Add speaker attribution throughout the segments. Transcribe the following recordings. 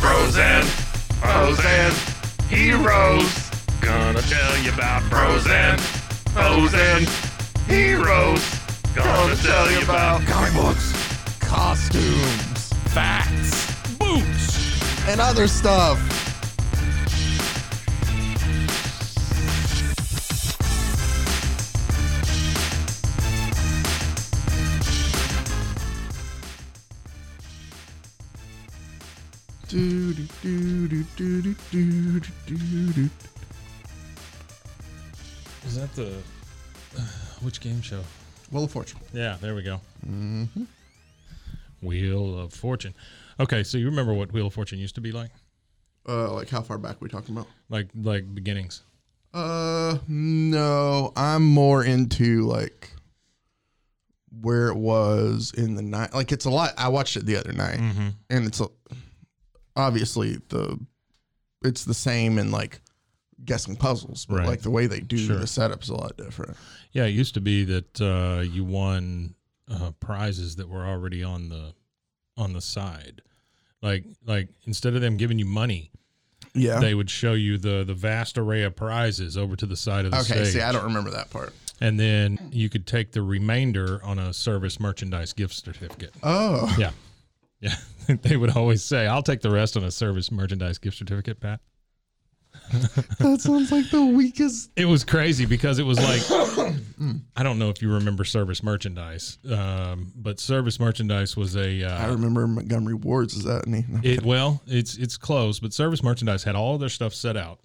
Speaker 1: Frozen, frozen, heroes. Gonna tell you about frozen, frozen, heroes. Gonna tell you about
Speaker 2: comic books, costumes, facts, boots, and other stuff. Do, do, do, do, do, do, do, do, do, do.
Speaker 3: Is that the which game show?
Speaker 2: Wheel of Fortune.
Speaker 3: Yeah, there we go. Mm-hmm. Wheel of Fortune. Okay, so you remember what Wheel of Fortune used to be like?
Speaker 2: Uh, like how far back we talking about?
Speaker 3: Like like beginnings.
Speaker 2: Uh, no, I'm more into like where it was in the night. Like it's a lot. I watched it the other night,
Speaker 3: Mm-hmm.
Speaker 2: and it's a, obviously the it's the same in like guessing puzzles, but
Speaker 3: Right.
Speaker 2: like the way they do
Speaker 3: Sure.
Speaker 2: the setups a lot different.
Speaker 3: Yeah, it used to be that uh, you won uh, prizes that were already on the on the side. Like like instead of them giving you money,
Speaker 2: Yeah.
Speaker 3: they would show you the the vast array of prizes over to the side of the
Speaker 2: okay.
Speaker 3: stage.
Speaker 2: See, I don't remember that part.
Speaker 3: and then you could take the remainder on a service merchandise gift certificate.
Speaker 2: Oh,
Speaker 3: Yeah. Yeah. they would always say, I'll take the rest on a service merchandise gift certificate, Pat.
Speaker 2: that sounds like the weakest.
Speaker 3: It was crazy because it was like, I don't know if you remember service merchandise, um, but service merchandise was a.
Speaker 2: I
Speaker 3: Uh,
Speaker 2: remember Montgomery Ward's. Is that any?
Speaker 3: it, well, it's it's close, but service merchandise had all their stuff set out,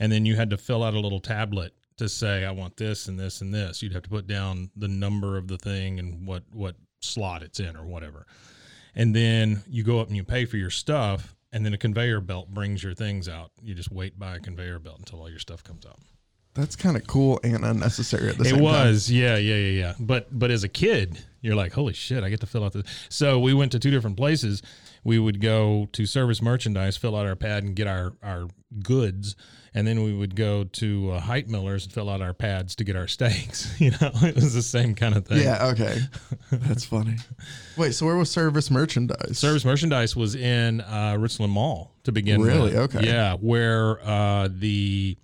Speaker 3: and then you had to fill out a little tablet to say I want this and this and this. You'd have to put down the number of the thing and what what slot it's in or whatever. and then you go up and you pay for your stuff and then a conveyor belt brings your things out you just wait by a conveyor belt until all your stuff comes out
Speaker 2: That's kind of cool and unnecessary at the same
Speaker 3: it
Speaker 2: time.
Speaker 3: was yeah yeah yeah yeah but but as a kid you're like holy shit i get to fill out this so we went to two different places we would go to service merchandise fill out our pad and get our our goods and then we would go to uh, height millers and fill out our pads to get our steaks you know it was the same kind of thing
Speaker 2: Yeah, okay. That's funny. Wait, so where was service merchandise?
Speaker 3: Service merchandise was in uh, Richland Mall to begin with.
Speaker 2: Really? Okay.
Speaker 3: Yeah, where uh, the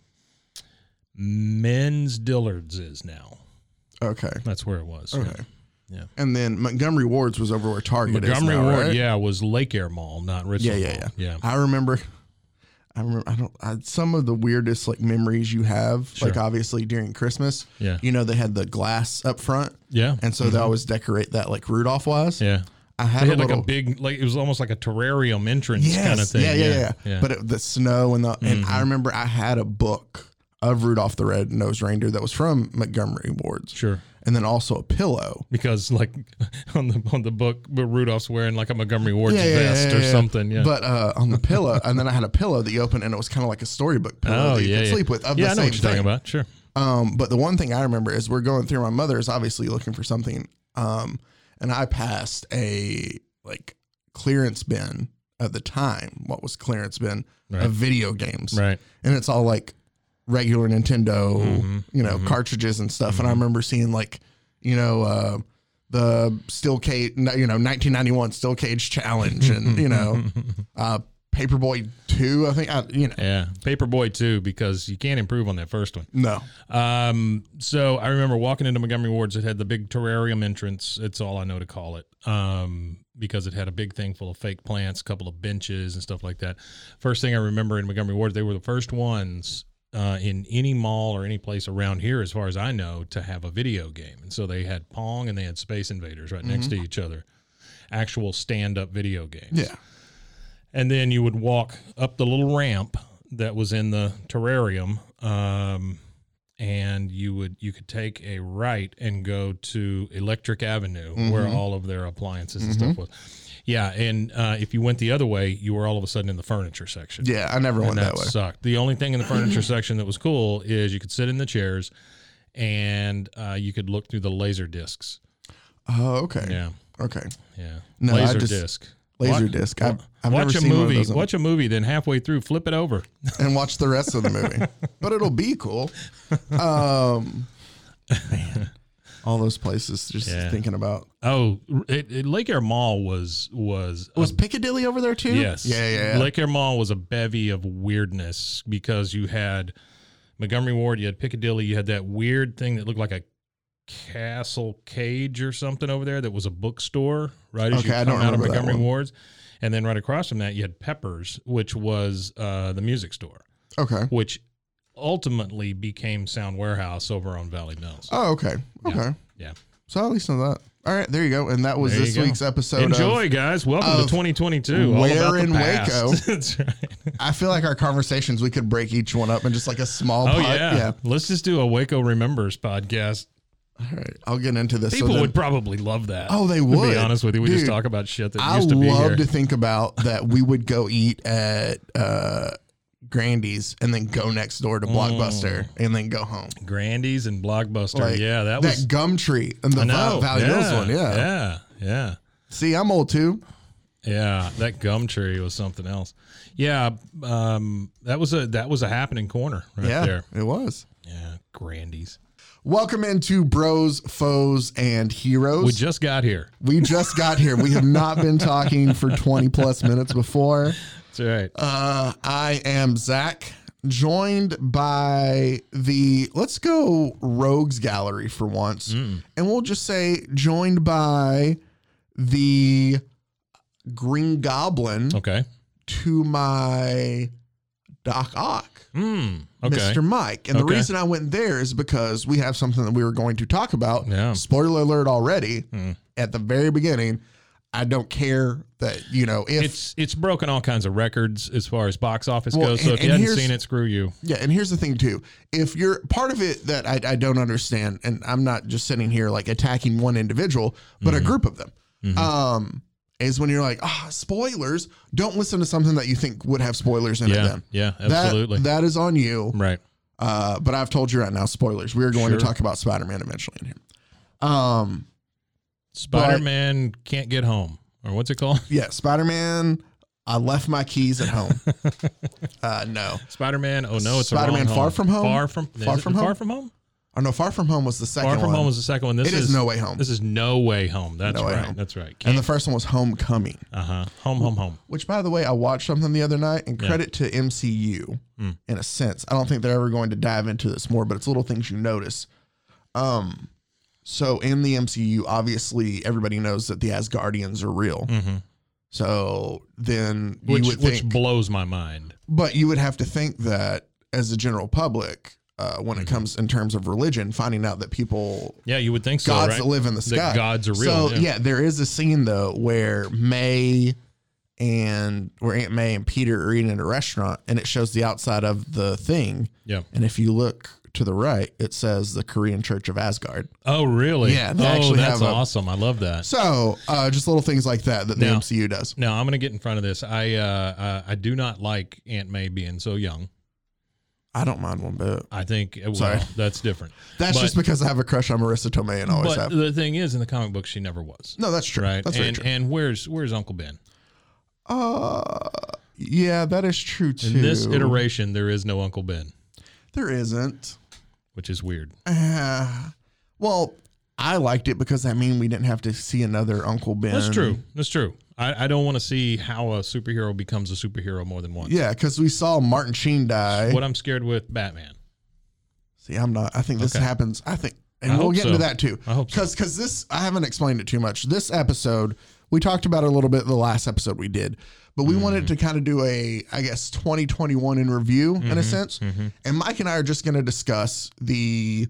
Speaker 3: men's Dillard's is now.
Speaker 2: Okay.
Speaker 3: That's where it was.
Speaker 2: Okay.
Speaker 3: Yeah.
Speaker 2: And then Montgomery Ward's was over where Target
Speaker 3: Montgomery
Speaker 2: is. now,
Speaker 3: Ward,
Speaker 2: right?
Speaker 3: yeah, was Lake Air Mall, not
Speaker 2: Yeah,
Speaker 3: Richland
Speaker 2: yeah, yeah.
Speaker 3: Mall. Yeah.
Speaker 2: I remember I remember I don't I, some of the weirdest like memories you have, like obviously during Christmas.
Speaker 3: Yeah.
Speaker 2: You know, they had the glass up front.
Speaker 3: Yeah. Mm-hmm.
Speaker 2: And so they always decorate that like Rudolph was.
Speaker 3: yeah.
Speaker 2: I had
Speaker 3: They
Speaker 2: a
Speaker 3: had like
Speaker 2: little
Speaker 3: a big, like it was almost like a terrarium entrance
Speaker 2: yes,
Speaker 3: kind of thing.
Speaker 2: Yeah, yeah, yeah.
Speaker 3: yeah. Mm-hmm.
Speaker 2: But it, the snow and the and I remember I had a book of Rudolph the Red Nosed Reindeer that was from Montgomery Ward's.
Speaker 3: sure.
Speaker 2: And then also a pillow.
Speaker 3: Because like on the on the book, but Rudolph's wearing like a Montgomery Ward's
Speaker 2: Yeah, yeah,
Speaker 3: vest
Speaker 2: yeah,
Speaker 3: or
Speaker 2: yeah, yeah.
Speaker 3: something. Yeah.
Speaker 2: But uh, on the pillow, and then I had a pillow that you open, and it was kind of like a storybook pillow
Speaker 3: oh
Speaker 2: that you
Speaker 3: yeah,
Speaker 2: could
Speaker 3: yeah.
Speaker 2: sleep with. Of
Speaker 3: yeah,
Speaker 2: the
Speaker 3: I know
Speaker 2: same
Speaker 3: what you're
Speaker 2: thing.
Speaker 3: talking about. Sure.
Speaker 2: Um, but the one thing I remember is we're going through. My mother is obviously looking for something, um, and I passed a like clearance bin at the time. What was clearance bin
Speaker 3: Right.
Speaker 2: of video games?
Speaker 3: Right. Mm-hmm.
Speaker 2: and it's all like regular Nintendo, you know, cartridges and stuff. And I remember seeing like, you know, uh, the steel cage, no, you know, 1991 steel cage challenge, and you know, uh, Paperboy two. I think, I, you know,
Speaker 3: Yeah, Paperboy too, because you can't improve on that first one.
Speaker 2: no,
Speaker 3: Um, so I remember walking into Montgomery Ward's. It had the big terrarium entrance. It's all I know to call it, um, because it had a big thing full of fake plants, a couple of benches and stuff like that. First thing I remember in Montgomery Ward's, they were the first ones uh, in any mall or any place around here, as far as I know, to have a video game. And so they had Pong and they had Space Invaders right next to each other, actual stand-up video games.
Speaker 2: yeah,
Speaker 3: And then you would walk up the little ramp that was in the terrarium. Um, and you would you could take a right and go to Electric Avenue where
Speaker 2: Mm-hmm.
Speaker 3: all of their appliances and stuff was. Yeah, and uh, if you went the other way, you were all of a sudden in the furniture section.
Speaker 2: Yeah, I never went
Speaker 3: And
Speaker 2: that way.
Speaker 3: sucked. The only thing in the furniture section that was cool is you could sit in the chairs, and uh, you could look through the laser discs.
Speaker 2: Oh, okay.
Speaker 3: Yeah,
Speaker 2: Okay.
Speaker 3: yeah.
Speaker 2: No, I
Speaker 3: laser
Speaker 2: just-
Speaker 3: disc.
Speaker 2: Laser
Speaker 3: Wa-
Speaker 2: disc.
Speaker 3: wa-
Speaker 2: I've, I've
Speaker 3: watch
Speaker 2: never
Speaker 3: a
Speaker 2: seen one of
Speaker 3: movie.
Speaker 2: those in-
Speaker 3: watch a movie, then halfway through, flip it over.
Speaker 2: and watch the rest of the movie. but it'll be cool. Um, man, all those places. Just
Speaker 3: Yeah.
Speaker 2: thinking about
Speaker 3: Oh, it, it, Lake Air Mall was was a
Speaker 2: was Piccadilly over there too.
Speaker 3: Yes.
Speaker 2: Yeah, yeah. yeah.
Speaker 3: Lake Air Mall was a bevy of weirdness because you had Montgomery Ward, you had Piccadilly, you had that weird thing that looked like a castle cage or something over there that was a bookstore right as you
Speaker 2: Okay, I
Speaker 3: come
Speaker 2: don't
Speaker 3: out of
Speaker 2: remember that
Speaker 3: Montgomery
Speaker 2: one.
Speaker 3: Ward's. And then right across from that, you had Peppers, which was uh, the music store,
Speaker 2: okay.
Speaker 3: which ultimately became Sound Warehouse over on Valley Mills.
Speaker 2: Oh, okay. Okay.
Speaker 3: Yeah.
Speaker 2: So at least on that. All right, there you go. And that was
Speaker 3: There you
Speaker 2: this
Speaker 3: go.
Speaker 2: week's episode.
Speaker 3: Enjoy,
Speaker 2: Of,
Speaker 3: guys. Welcome to
Speaker 2: of
Speaker 3: 2022. All
Speaker 2: Where
Speaker 3: about
Speaker 2: in
Speaker 3: the past.
Speaker 2: Waco?
Speaker 3: That's right.
Speaker 2: I feel like our conversations we could break each one up in just like a small.
Speaker 3: Oh
Speaker 2: pod-
Speaker 3: yeah. let's just do a Waco Remembers podcast.
Speaker 2: All right, I'll get into this. So
Speaker 3: People
Speaker 2: then-
Speaker 3: would probably love that.
Speaker 2: Oh, they
Speaker 3: To
Speaker 2: would.
Speaker 3: be honest with you, we just
Speaker 2: Dude,
Speaker 3: talk about shit that
Speaker 2: I
Speaker 3: used to be
Speaker 2: love
Speaker 3: here.
Speaker 2: to think about that we would go eat at uh, Grandy's and then go next door to Blockbuster and then go home.
Speaker 3: Grandy's and Blockbuster.
Speaker 2: Like,
Speaker 3: Mm. yeah, that was.
Speaker 2: gum tree and the
Speaker 3: I know.
Speaker 2: Val- Valley
Speaker 3: yeah,
Speaker 2: Mills one. Yeah.
Speaker 3: yeah, yeah,
Speaker 2: See, I'm old too.
Speaker 3: yeah. That gum tree was something else. Yeah, um, that was a that was a happening corner right
Speaker 2: yeah,
Speaker 3: there.
Speaker 2: it was.
Speaker 3: Yeah, Grandy's.
Speaker 2: Welcome into Bros, Foes, and Heroes.
Speaker 3: We just got here.
Speaker 2: we just got here. We have not been talking for 20 plus minutes before.
Speaker 3: That's right.
Speaker 2: Uh, I am Zach, joined by the let's go Rogues Gallery for once,
Speaker 3: Hmm.
Speaker 2: and we'll just say joined by the Green Goblin
Speaker 3: okay.
Speaker 2: to my Doc Ock.
Speaker 3: Mm, okay.
Speaker 2: Mr. Mike. And the
Speaker 3: Okay.
Speaker 2: reason I went there is because we have something that we were going to talk about.
Speaker 3: Yeah.
Speaker 2: Spoiler alert already
Speaker 3: Mm.
Speaker 2: at the very beginning. I don't care that, you know, if
Speaker 3: It's it's broken all kinds of records as far as box office
Speaker 2: Well,
Speaker 3: goes. So
Speaker 2: and-
Speaker 3: if you
Speaker 2: and
Speaker 3: hadn't
Speaker 2: here's-
Speaker 3: seen it, screw you.
Speaker 2: Yeah, and here's the thing too. If you're part of it that I, I don't understand, and I'm not just sitting here like attacking one individual, but
Speaker 3: Mm-hmm.
Speaker 2: a group of them, um, is when you're like, ah, spoilers. Don't listen to something that you think would have spoilers in it.
Speaker 3: Yeah,
Speaker 2: Then
Speaker 3: yeah,
Speaker 2: That-
Speaker 3: absolutely.
Speaker 2: that is on you.
Speaker 3: right.
Speaker 2: Uh, but I've told you right now, spoilers. We are going
Speaker 3: Sure.
Speaker 2: to talk about Spider Man eventually in here. Um,
Speaker 3: Spider Man can't get home, or what's it called?
Speaker 2: yeah, Spider Man. I left my keys at home. uh, no,
Speaker 3: Spider Man. Oh no, it's a
Speaker 2: Spider-Man
Speaker 3: wrong
Speaker 2: Far From Home?
Speaker 3: Far from
Speaker 2: Far
Speaker 3: is it
Speaker 2: From Home?
Speaker 3: Far from home.
Speaker 2: oh no, Far From Home was the second
Speaker 3: Far from
Speaker 2: one,
Speaker 3: home is the second one. This
Speaker 2: It is No Way Home.
Speaker 3: This is no way home. That's
Speaker 2: No Way
Speaker 3: right.
Speaker 2: Home.
Speaker 3: That's right.
Speaker 2: and the first one was Homecoming.
Speaker 3: uh huh. Home, home, home.
Speaker 2: Which, by the way, I watched something the other night, and credit to MCU
Speaker 3: Hmm.
Speaker 2: in a sense. I don't think they're ever going to dive into this more, but it's little things you notice. Um, so in the MCU, obviously everybody knows that the Asgardians are real. So then you
Speaker 3: Mm-hmm. Which
Speaker 2: would
Speaker 3: which
Speaker 2: think,
Speaker 3: blows my mind.
Speaker 2: but you would have to think that as the general public, uh, when
Speaker 3: Mm-hmm.
Speaker 2: it comes in terms of religion, finding out that people
Speaker 3: Yeah, you would think so.
Speaker 2: gods
Speaker 3: right?
Speaker 2: that live in the sky.
Speaker 3: gods are real,
Speaker 2: So
Speaker 3: yeah.
Speaker 2: yeah. there is a scene though where May and where Aunt May and Peter are eating at a restaurant, and it shows the outside of the thing.
Speaker 3: Yeah.
Speaker 2: And if you look to the right, it says the Korean Church of Asgard.
Speaker 3: Oh really?
Speaker 2: Yeah, they
Speaker 3: Oh,
Speaker 2: actually
Speaker 3: that's
Speaker 2: have a-
Speaker 3: awesome. I love that.
Speaker 2: So uh, just little things like that that the
Speaker 3: Now-
Speaker 2: MCU does.
Speaker 3: Now I'm gonna get in front of this. I uh, uh I do not like Aunt May being so young.
Speaker 2: I don't mind one bit.
Speaker 3: I think uh, well,
Speaker 2: Sorry.
Speaker 3: that's different.
Speaker 2: That's
Speaker 3: But-
Speaker 2: just because I have a crush on Marissa Tomei and always
Speaker 3: But
Speaker 2: have.
Speaker 3: the thing is, in the comic book, she never was.
Speaker 2: No, that's true.
Speaker 3: Right.
Speaker 2: That's very
Speaker 3: and
Speaker 2: true.
Speaker 3: and where's where's Uncle Ben?
Speaker 2: uh, yeah, that is true too.
Speaker 3: In this iteration, there is no Uncle Ben,
Speaker 2: there isn't.
Speaker 3: which is weird.
Speaker 2: Uh, well, I liked it because that mean we didn't have to see another Uncle Ben.
Speaker 3: That's true. That's true. I, I don't want to see how a superhero becomes a superhero more than once.
Speaker 2: Yeah, because we saw Martin Sheen die.
Speaker 3: What I'm scared with Batman.
Speaker 2: See, I'm not. I think this
Speaker 3: Okay.
Speaker 2: happens. I think, and
Speaker 3: I
Speaker 2: we'll
Speaker 3: hope
Speaker 2: get
Speaker 3: so.
Speaker 2: into that too.
Speaker 3: I hope so.
Speaker 2: because because this I haven't explained it too much. This episode we talked about it a little bit the last episode we did, but we
Speaker 3: Mm.
Speaker 2: wanted to kind of do a I guess 2021 in review
Speaker 3: Mm-hmm,
Speaker 2: in a sense. And Mike and I are just going to discuss the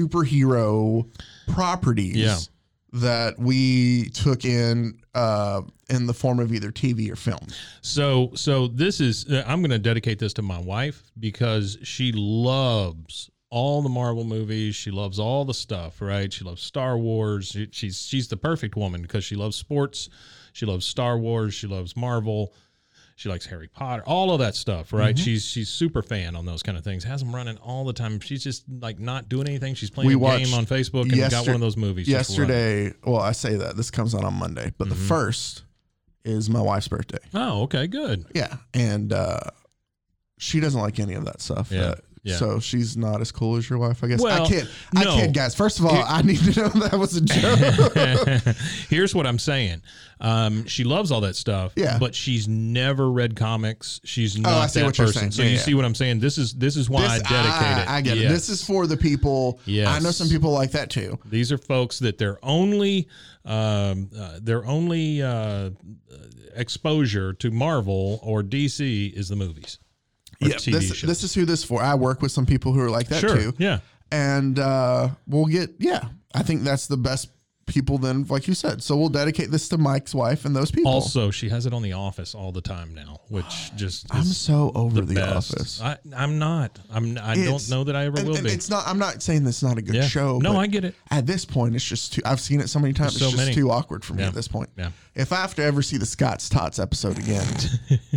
Speaker 2: superhero properties
Speaker 3: Yeah.
Speaker 2: that we took in uh, in the form of either TV or film.
Speaker 3: So so this is uh, I'm going to dedicate this to my wife because she loves all the Marvel movies. She loves all the stuff, right? She loves Star Wars. She- She's she's the perfect woman because she loves sports. She loves Star Wars. She loves Marvel. She likes Harry Potter. All of that stuff, right?
Speaker 2: Mm-hmm.
Speaker 3: She's she's super fan on those kind of things. Has them running all the time. She's just like not doing anything. She's playing
Speaker 2: We
Speaker 3: a game
Speaker 2: watched
Speaker 3: on Facebook and got
Speaker 2: yester-
Speaker 3: one of those movies just running.
Speaker 2: Yesterday, well, I say that this comes out on Monday, but
Speaker 3: Mm-hmm.
Speaker 2: the first is my wife's birthday.
Speaker 3: Oh, okay, good.
Speaker 2: Yeah, and uh, she doesn't like any of that stuff.
Speaker 3: Yeah,
Speaker 2: Uh,
Speaker 3: yeah.
Speaker 2: So she's not as cool as your wife, I guess.
Speaker 3: Well,
Speaker 2: I kid,
Speaker 3: no.
Speaker 2: I kid, guys. First of all, I need to know that was a joke.
Speaker 3: Here's what I'm saying. Um, she loves all that stuff.
Speaker 2: Yeah. Oh,
Speaker 3: But she's never read comics. She's not
Speaker 2: I see
Speaker 3: that
Speaker 2: what you're
Speaker 3: person.
Speaker 2: saying.
Speaker 3: So
Speaker 2: Yeah,
Speaker 3: you
Speaker 2: yeah.
Speaker 3: see what I'm saying? This is this is why I
Speaker 2: This- ah,
Speaker 3: dedicate it.
Speaker 2: I, I get it.
Speaker 3: Yes.
Speaker 2: This is for the people.
Speaker 3: Yes.
Speaker 2: I know some people like that too.
Speaker 3: These are folks that their only um, uh, their only uh, exposure to Marvel or DC is the movies. or
Speaker 2: Yeah,
Speaker 3: TV
Speaker 2: this,
Speaker 3: shows.
Speaker 2: this is who this for. I work with some people who are like that
Speaker 3: sure.
Speaker 2: too.
Speaker 3: Yeah.
Speaker 2: and uh, we'll get yeah. I think that's the best people. Then, like you said, so we'll dedicate this to Mike's wife and those people.
Speaker 3: Also, she has it on the office all the time now, which just
Speaker 2: I'm
Speaker 3: is
Speaker 2: so over the,
Speaker 3: best.
Speaker 2: office.
Speaker 3: I, I'm not. I'm. I don't
Speaker 2: It's-
Speaker 3: know that I ever
Speaker 2: And,
Speaker 3: will
Speaker 2: and
Speaker 3: be.
Speaker 2: it's not. I'm not saying this is not a good
Speaker 3: Yeah.
Speaker 2: show.
Speaker 3: No,
Speaker 2: but
Speaker 3: I get it.
Speaker 2: At this point, it's just too. I've seen it so many times.
Speaker 3: so
Speaker 2: it's just
Speaker 3: many.
Speaker 2: too awkward for me
Speaker 3: Yeah.
Speaker 2: at this point.
Speaker 3: Yeah.
Speaker 2: If I have to ever see the Scott's Tots episode again,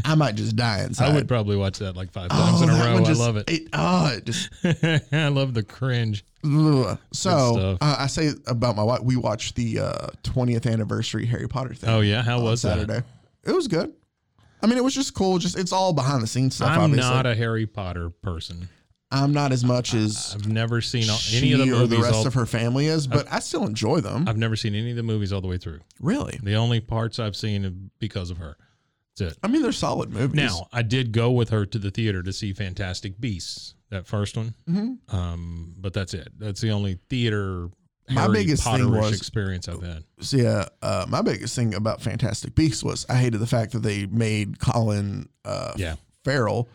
Speaker 2: I might just die inside.
Speaker 3: I would probably watch that like five times
Speaker 2: Oh,
Speaker 3: in a
Speaker 2: that
Speaker 3: row.
Speaker 2: one just-
Speaker 3: I love it.
Speaker 2: Oh, it just
Speaker 3: I love the cringe.
Speaker 2: Ugh. So
Speaker 3: stuff.
Speaker 2: uh, I say about my wife, we watched the uh, twentieth anniversary Harry Potter thing.
Speaker 3: Oh yeah, how
Speaker 2: on
Speaker 3: was
Speaker 2: Saturday.
Speaker 3: that?
Speaker 2: It was good. I mean, it was just cool. Just it's all behind the scenes stuff.
Speaker 3: I'm
Speaker 2: obviously,
Speaker 3: not a Harry Potter person.
Speaker 2: I'm not as much as
Speaker 3: I've never seen all,
Speaker 2: she
Speaker 3: any of the
Speaker 2: or
Speaker 3: movies.
Speaker 2: the rest
Speaker 3: all,
Speaker 2: of her family is, but I still enjoy them.
Speaker 3: I've never seen any of the movies all the way through.
Speaker 2: really,
Speaker 3: The only parts I've seen are because of her. That's it.
Speaker 2: I mean, they're solid movies.
Speaker 3: Now I did go with her to the theater to see Fantastic Beasts, that first one.
Speaker 2: Mm-hmm.
Speaker 3: Um, but that's it. That's the only theater
Speaker 2: My
Speaker 3: Harry
Speaker 2: biggest thing
Speaker 3: Potterish
Speaker 2: was-
Speaker 3: experience I've had.
Speaker 2: so yeah, uh, my biggest thing about Fantastic Beasts was I hated the fact that they made Colin uh,
Speaker 3: Yeah,
Speaker 2: Farrell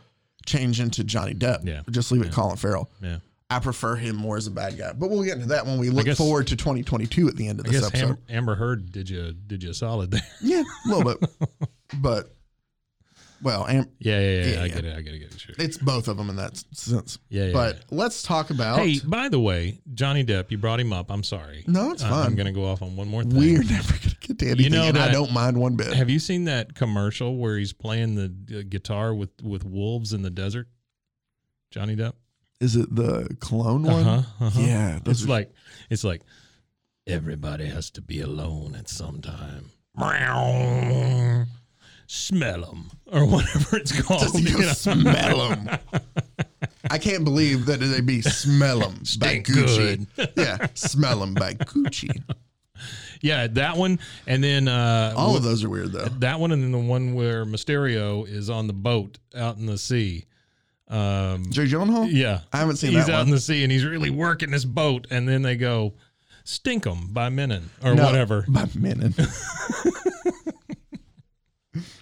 Speaker 2: change into Johnny Depp.
Speaker 3: Yeah.
Speaker 2: just leave it Colin Farrell.
Speaker 3: yeah.
Speaker 2: I prefer him more as a bad guy. But we'll get into that when we look
Speaker 3: guess-
Speaker 2: forward to 2022 at the end of
Speaker 3: I
Speaker 2: this
Speaker 3: guess
Speaker 2: episode.
Speaker 3: Am- Amber Heard did you did you a solid there.
Speaker 2: yeah, a little bit. But, well, Am-
Speaker 3: Yeah, yeah, yeah.
Speaker 2: Yeah,
Speaker 3: I
Speaker 2: yeah.
Speaker 3: get it. I get it. Get it sure.
Speaker 2: it's both of them in that s- sense.
Speaker 3: Yeah, yeah,
Speaker 2: But
Speaker 3: yeah.
Speaker 2: let's talk about.
Speaker 3: Hey, by the way, Johnny Depp, you brought him up. I'm sorry.
Speaker 2: No, it's
Speaker 3: I- I'm
Speaker 2: fine.
Speaker 3: going to go off on one more thing.
Speaker 2: we're never going to get to anything.
Speaker 3: know
Speaker 2: and I
Speaker 3: that-
Speaker 2: don't mind one bit.
Speaker 3: Have you seen that commercial where he's playing the uh, guitar with with wolves in the desert? Johnny Depp.
Speaker 2: Is it the clone one?
Speaker 3: Uh-huh, uh-huh.
Speaker 2: Yeah.
Speaker 3: It's
Speaker 2: those are-
Speaker 3: like it's like everybody has to be alone at some time. Meow. Smell them or whatever it's called.
Speaker 2: Does he
Speaker 3: you
Speaker 2: go
Speaker 3: know?
Speaker 2: smell 'em? I can't believe that they be smell 'em by
Speaker 3: Stink
Speaker 2: Gucci. Yeah, smell 'em by Gucci.
Speaker 3: Yeah, that one. And then uh,
Speaker 2: All of those are weird though.
Speaker 3: That one and then the one where Mysterio is on the boat out in the sea. Um,
Speaker 2: Jay Gyllenhaal?
Speaker 3: yeah.
Speaker 2: I haven't seen
Speaker 3: he's
Speaker 2: that
Speaker 3: out
Speaker 2: one.
Speaker 3: in the sea and he's really working this boat and then they go stink 'em by Menon or
Speaker 2: No,
Speaker 3: whatever.
Speaker 2: By Menon.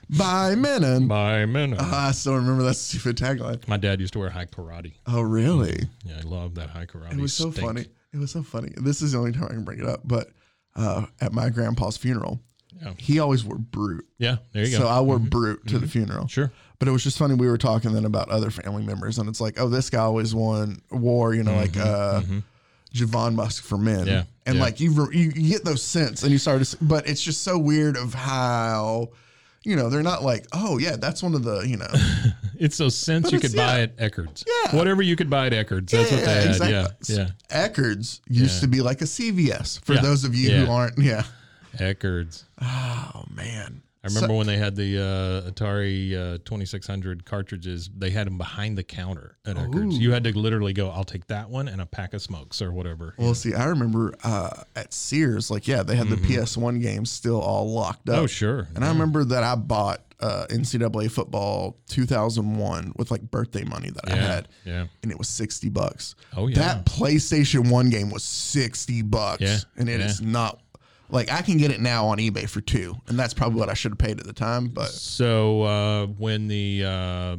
Speaker 2: by Menon.
Speaker 3: By Menon.
Speaker 2: Oh, I still remember that stupid tagline.
Speaker 3: My dad used to wear high karate.
Speaker 2: Oh, really?
Speaker 3: Yeah, I love that high karate.
Speaker 2: It was so
Speaker 3: stink.
Speaker 2: funny. It was so funny. This is the only time I can bring it up, but uh, at my grandpa's funeral,
Speaker 3: Yeah.
Speaker 2: he always wore brute.
Speaker 3: Yeah, there you go. Mm-hmm.
Speaker 2: So I wore brute to the funeral.
Speaker 3: sure.
Speaker 2: But it was just funny. We were talking then about other family members, and it's like, oh, this guy always won war, you know, like uh, Javon Musk for men.
Speaker 3: Mm-hmm. Yeah,
Speaker 2: And
Speaker 3: yeah.
Speaker 2: like you, re- you, you get those scents, and you start to, s- but it's just so weird of how, you know, they're not like, oh, yeah, that's one of the, you know,
Speaker 3: It's those scents
Speaker 2: But
Speaker 3: you
Speaker 2: it's-
Speaker 3: could buy at Eckerd's.
Speaker 2: Yeah.
Speaker 3: Whatever you could buy at Eckerd's. That's what they had. Yeah. Yeah.
Speaker 2: Eckerd's used
Speaker 3: Yeah.
Speaker 2: to be like a CVS for
Speaker 3: Yeah.
Speaker 2: those of you
Speaker 3: Yeah.
Speaker 2: who aren't, yeah.
Speaker 3: Eckerd's.
Speaker 2: Oh, man.
Speaker 3: I remember when they had the uh, Atari uh, 2600 cartridges, they had them behind the counter at Eckerd's. You had to literally go, I'll take that one and a pack of smokes or whatever.
Speaker 2: Well, see, I remember uh, at Sears, like, yeah, they had the PS1 games still all locked up.
Speaker 3: Mm-hmm. oh, sure.
Speaker 2: And I remember that I bought uh, NCAA football 2001 with like birthday money that I
Speaker 3: Yeah,
Speaker 2: had,
Speaker 3: Yeah.
Speaker 2: and it was 60 bucks.
Speaker 3: Oh, yeah.
Speaker 2: That PlayStation 1 game was 60 bucks,
Speaker 3: Yeah,
Speaker 2: and it is
Speaker 3: yeah.
Speaker 2: not like I can get it now on eBay for two, and that's probably what I should have paid at the time, but.
Speaker 3: So uh, when the uh, uh,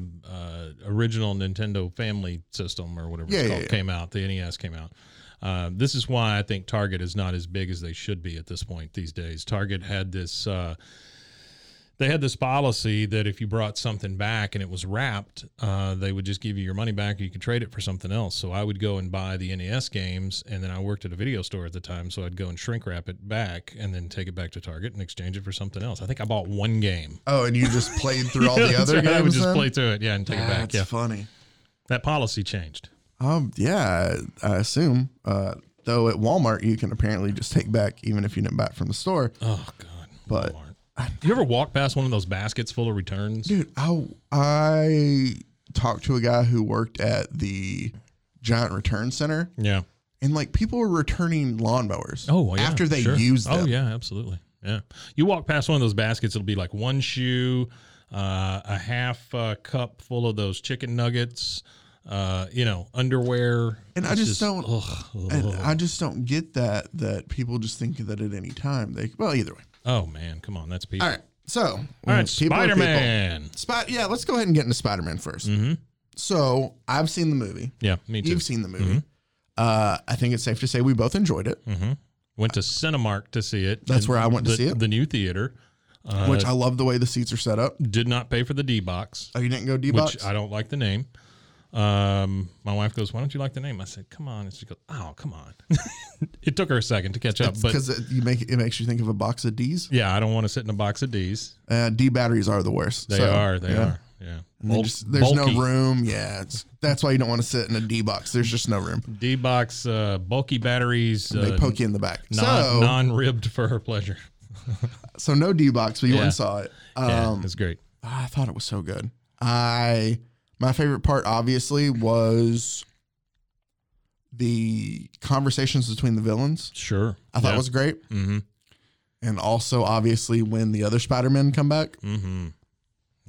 Speaker 3: original Nintendo Family System or whatever
Speaker 2: Yeah,
Speaker 3: it's
Speaker 2: yeah,
Speaker 3: called
Speaker 2: yeah.
Speaker 3: came out, the NES came out. Uh, this is why I think Target is not as big as they should be at this point these days. Target had this uh, they had this policy that if you brought something back and it was wrapped, uh, they would just give you your money back or you could trade it for something else. So I would go and buy the NES games, and then I worked at a video store at the time, so I'd go and shrink wrap it back and then take it back to Target and exchange it for something else. I think I bought one game.
Speaker 2: Oh, and you just played through all the
Speaker 3: That's
Speaker 2: other
Speaker 3: right,
Speaker 2: games.
Speaker 3: I would just
Speaker 2: then?
Speaker 3: play through it, yeah, and take it back.
Speaker 2: That's
Speaker 3: Yeah,
Speaker 2: funny.
Speaker 3: that policy changed.
Speaker 2: Um, yeah, I I assume. Uh, though at Walmart, you can apparently just take back even if you didn't buy it from the store.
Speaker 3: Oh God,
Speaker 2: But-
Speaker 3: Walmart. you ever walk past one of those baskets full of returns?
Speaker 2: Dude, I I talked to a guy who worked at the Giant Return Center,
Speaker 3: Yeah.
Speaker 2: and like people were returning lawnmowers.
Speaker 3: Oh, well, yeah,
Speaker 2: after they
Speaker 3: sure.
Speaker 2: used them.
Speaker 3: Oh yeah, absolutely. Yeah, you walk past one of those baskets, it'll be like one shoe, uh, a half uh, cup full of those chicken nuggets, uh, you know, underwear.
Speaker 2: And I
Speaker 3: It's
Speaker 2: just don't-
Speaker 3: ugh,
Speaker 2: And
Speaker 3: ugh.
Speaker 2: I just don't get that that people just think that at any time they well either way.
Speaker 3: oh man, come on, that's people.
Speaker 2: All right, so all
Speaker 3: All right, Spider Man.
Speaker 2: Spot yeah, let's go ahead and get into Spider Man 1st So I've seen the movie.
Speaker 3: Yeah, Mm-hmm. me too. Mm-hmm.
Speaker 2: You've seen the movie. Uh, I think it's safe to say we both enjoyed it,
Speaker 3: Went to Cinemark to see it.
Speaker 2: That's
Speaker 3: in
Speaker 2: where I went to
Speaker 3: the-
Speaker 2: see it.
Speaker 3: The new theater. Uh,
Speaker 2: which I love the way the seats are set up.
Speaker 3: did not pay for the D box.
Speaker 2: Oh, you didn't go D box?
Speaker 3: which I don't like the name. Um, my wife goes, "Why don't you like the name?" I said, "Come on." And she goes, "Oh, come on." it took her a second to catch up, but
Speaker 2: Because it, you make it makes you think of a box of D's.
Speaker 3: yeah, I don't want to sit in a box of D's.
Speaker 2: Uh, D batteries are the worst.
Speaker 3: They
Speaker 2: so,
Speaker 3: are. They
Speaker 2: yeah.
Speaker 3: are. Yeah.
Speaker 2: And they just- there's no room. Yeah, it's, that's why you don't want to sit in a D box. There's just no room.
Speaker 3: D box uh, bulky batteries. Uh,
Speaker 2: They poke you in the back.
Speaker 3: non,
Speaker 2: so,
Speaker 3: non-ribbed for her pleasure.
Speaker 2: so no D box, but you went
Speaker 3: Yeah.
Speaker 2: and saw it.
Speaker 3: Yeah,
Speaker 2: Um,
Speaker 3: it's great.
Speaker 2: I thought it was so good. I my favorite part obviously was the conversations between the villains.
Speaker 3: Sure.
Speaker 2: I thought it was great.
Speaker 3: Mm-hmm.
Speaker 2: And also obviously when the other Spider-Men come back
Speaker 3: Mm-hmm.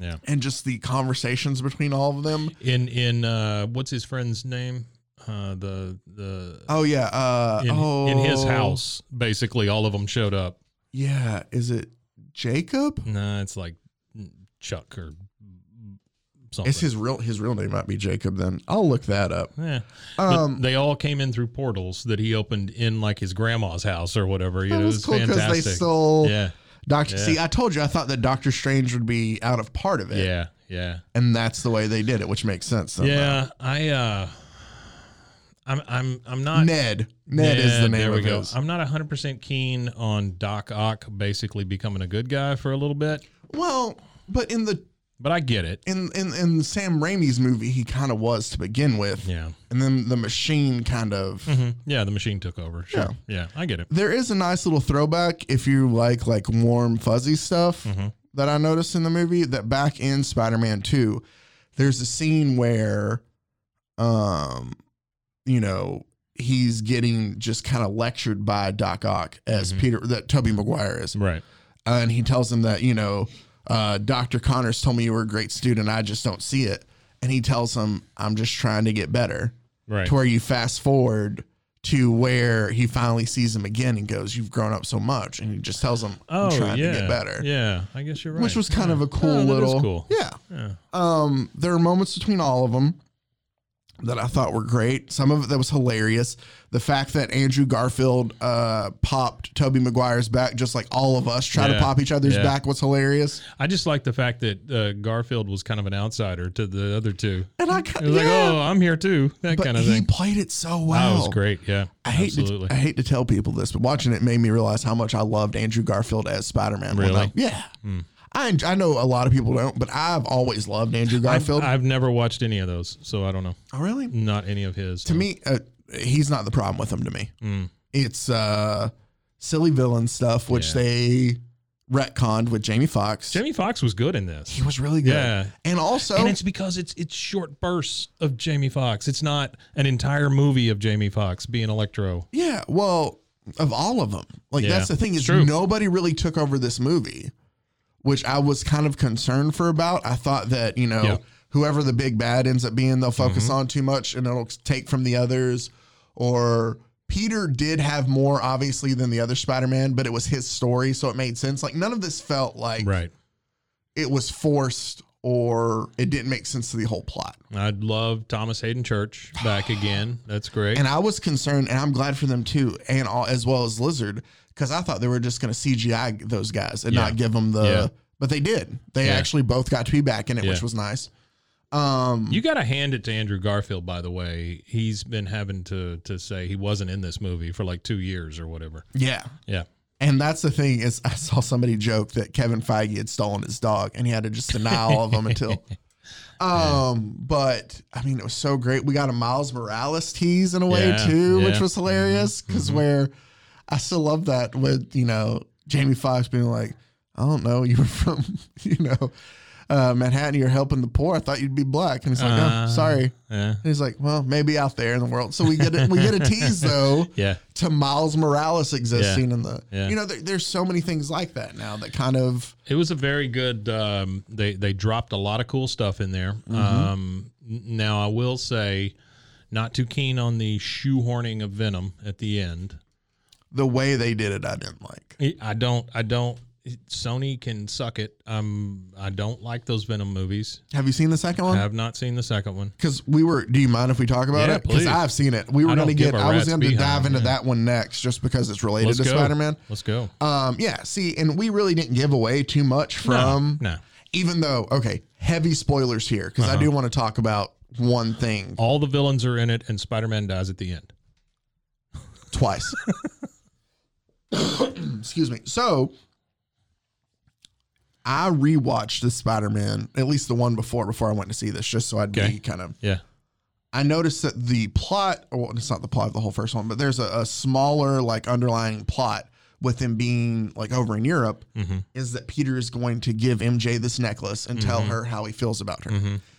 Speaker 3: Yeah.
Speaker 2: and just the conversations between all of them.
Speaker 3: In in uh, what's his friend's name? Uh, the the
Speaker 2: Oh yeah, uh
Speaker 3: in,
Speaker 2: oh,
Speaker 3: in his house, basically, all of them showed up.
Speaker 2: Yeah, is it Jacob?
Speaker 3: No, it's like Chuck or something.
Speaker 2: It's his real his real name might be Jacob then. I'll look that up.
Speaker 3: yeah. But
Speaker 2: Um
Speaker 3: they all came in through portals that he opened in like his grandma's house or whatever. You
Speaker 2: that
Speaker 3: know,
Speaker 2: was
Speaker 3: it's
Speaker 2: cool because they
Speaker 3: fantastic.
Speaker 2: stole
Speaker 3: yeah,
Speaker 2: Doctor.
Speaker 3: Yeah.
Speaker 2: See, I told you I thought that Doctor Strange would be out of part of it.
Speaker 3: yeah, yeah,
Speaker 2: and that's the way they did it, which makes sense. somehow.
Speaker 3: yeah. I, uh, I'm, I'm, I'm not.
Speaker 2: Ned. Ned is the
Speaker 3: Ned,
Speaker 2: name
Speaker 3: There we
Speaker 2: of
Speaker 3: go.
Speaker 2: his.
Speaker 3: I'm not 100 percent keen on Doc Ock basically becoming a good guy for a little bit,
Speaker 2: Well, but in the
Speaker 3: but I get it.
Speaker 2: in in in Sam Raimi's movie, he kind of was to begin with,
Speaker 3: Yeah,
Speaker 2: and then the machine kind of.
Speaker 3: Mhm. yeah. The machine took over. Sure. yeah, I get it.
Speaker 2: There is a nice little throwback if you like like warm fuzzy stuff
Speaker 3: Mm-hmm.
Speaker 2: that I noticed in the movie. That back in Spider-Man Two, there's a scene where, um, you know. He's getting just kind of lectured by Doc Ock as
Speaker 3: Mm-hmm.
Speaker 2: Peter, that Toby Maguire is.
Speaker 3: Right.
Speaker 2: Uh, and he tells him that you know uh, dr connors told me you were a great student i just don't see it and he tells him i'm just trying to get better
Speaker 3: Right.
Speaker 2: to where you fast forward to where he finally sees him again and goes you've grown up so much and he just tells him i'm trying to get better
Speaker 3: Oh, Yeah, I guess you're right.
Speaker 2: which was kind
Speaker 3: Yeah.
Speaker 2: of a cool
Speaker 3: Oh, that is
Speaker 2: little
Speaker 3: cool.
Speaker 2: yeah
Speaker 3: Yeah.
Speaker 2: um, there are moments between all of them that I thought were great. Some of it that was hilarious. The fact that Andrew Garfield uh, popped Toby Maguire's back, just like all of us try to
Speaker 3: Yeah.
Speaker 2: pop each other's
Speaker 3: Yeah.
Speaker 2: back, was hilarious.
Speaker 3: I just like the fact that uh, Garfield was kind of an outsider to the other two.
Speaker 2: And I
Speaker 3: He
Speaker 2: kind
Speaker 3: was
Speaker 2: of
Speaker 3: like, oh, I'm here too. That
Speaker 2: but
Speaker 3: kind of
Speaker 2: he
Speaker 3: thing.
Speaker 2: played it so
Speaker 3: That
Speaker 2: well.
Speaker 3: was great. Yeah.
Speaker 2: I hate, to,
Speaker 3: absolutely.
Speaker 2: I hate to tell people this, but watching it made me realize how much I loved Andrew Garfield as Spider Man.
Speaker 3: Really? Hmm.
Speaker 2: yeah. I, I know a lot of people don't, but I've always loved Andrew Garfield.
Speaker 3: I've never watched any of those, so I don't know.
Speaker 2: oh, really?
Speaker 3: Not any of his.
Speaker 2: to me, uh, he's not the problem with them. To me,
Speaker 3: Mm.
Speaker 2: it's uh, silly villain stuff, which
Speaker 3: Yeah.
Speaker 2: they retconned with Jamie Foxx.
Speaker 3: Jamie Foxx was good in this.
Speaker 2: He was really good,
Speaker 3: Yeah.
Speaker 2: and also
Speaker 3: And it's because it's it's short bursts of Jamie Foxx. It's not an entire movie of Jamie Foxx being Electro.
Speaker 2: yeah, well, of all of them, like
Speaker 3: Yeah.
Speaker 2: that's the thing is
Speaker 3: It's true.
Speaker 2: nobody really took over this movie, which I was kind of concerned for about. I thought that you know
Speaker 3: Yeah. Mm-hmm.
Speaker 2: whoever the big bad ends up being, they'll focus on too much and it'll take from the others, or. Peter did have more obviously than the other Spider-Man, but it was his story, so it made sense. Like none of this felt like
Speaker 3: Right.
Speaker 2: it was forced or it didn't make sense to the whole plot.
Speaker 3: I'd love Thomas Hayden Church back again. That's great.
Speaker 2: And I was concerned, and I'm glad for them too, and all as well as Lizard, because I thought they were just going to CGI those guys and
Speaker 3: Yeah.
Speaker 2: not give them the
Speaker 3: Yeah.
Speaker 2: but they did. They
Speaker 3: Yeah.
Speaker 2: actually both got to be back in it,
Speaker 3: Yeah.
Speaker 2: which was nice. Um,
Speaker 3: You got to hand it to Andrew Garfield, by the way. He's been having to to say he wasn't in this movie for like two years or whatever.
Speaker 2: yeah,
Speaker 3: Yeah,
Speaker 2: and that's the thing is, I saw somebody joke that Kevin Feige had stolen his dog, and he had to just deny all of them until. Um, but I mean, it was so great. We got a Miles Morales tease in a way
Speaker 3: Yeah,
Speaker 2: too,
Speaker 3: yeah. Mm-hmm,
Speaker 2: which was hilarious because where I still love that with you know Jamie Foxx being like, I don't know, you were from you know uh, Manhattan, you're helping the poor. I thought you'd be black, and he's like,
Speaker 3: Uh,
Speaker 2: no, sorry.
Speaker 3: yeah,
Speaker 2: And he's like, well, maybe out there in the world. So we get a, we get a tease though
Speaker 3: yeah.
Speaker 2: to Miles Morales existing in the.
Speaker 3: yeah.
Speaker 2: You know, there, there's so many things like that now that kind of
Speaker 3: It was a very good. Um, they they dropped a lot of cool stuff in there. Um, n- now I will say, not too keen on the shoehorning of Venom at the end.
Speaker 2: the way they did it, I didn't like.
Speaker 3: I don't. I don't. Sony can suck it. Um, I don't like those Venom movies.
Speaker 2: Have you seen the second
Speaker 3: I
Speaker 2: one?
Speaker 3: have not seen the second one.
Speaker 2: Because we were. Do you mind if we talk about
Speaker 3: Yeah,
Speaker 2: it? Because
Speaker 3: please.
Speaker 2: I've seen it. We
Speaker 3: I
Speaker 2: were
Speaker 3: don't
Speaker 2: going to
Speaker 3: give
Speaker 2: get.
Speaker 3: a
Speaker 2: I was
Speaker 3: rat's
Speaker 2: going to dive
Speaker 3: behind,
Speaker 2: into
Speaker 3: yeah.
Speaker 2: that one next, just because it's related
Speaker 3: Let's
Speaker 2: to
Speaker 3: go.
Speaker 2: Spider Man.
Speaker 3: Let's go.
Speaker 2: Um, yeah. See, and we really didn't give away too much from.
Speaker 3: no. Uh-huh.
Speaker 2: Even though, okay, heavy spoilers here because I do want to talk about one thing
Speaker 3: All the villains are in it, and Spider Man dies at the end.
Speaker 2: twice. Excuse me. So I rewatched the Spider Man, at least the one before before I went to see this, just so I'd
Speaker 3: Okay.
Speaker 2: be kind of.
Speaker 3: Yeah.
Speaker 2: I noticed that the plot, or well, it's not the plot of the whole first one, but there's a, a smaller like underlying plot with him being like over in Europe
Speaker 3: Mhm.
Speaker 2: is that Peter is going to give MJ this necklace and tell her how he feels about her,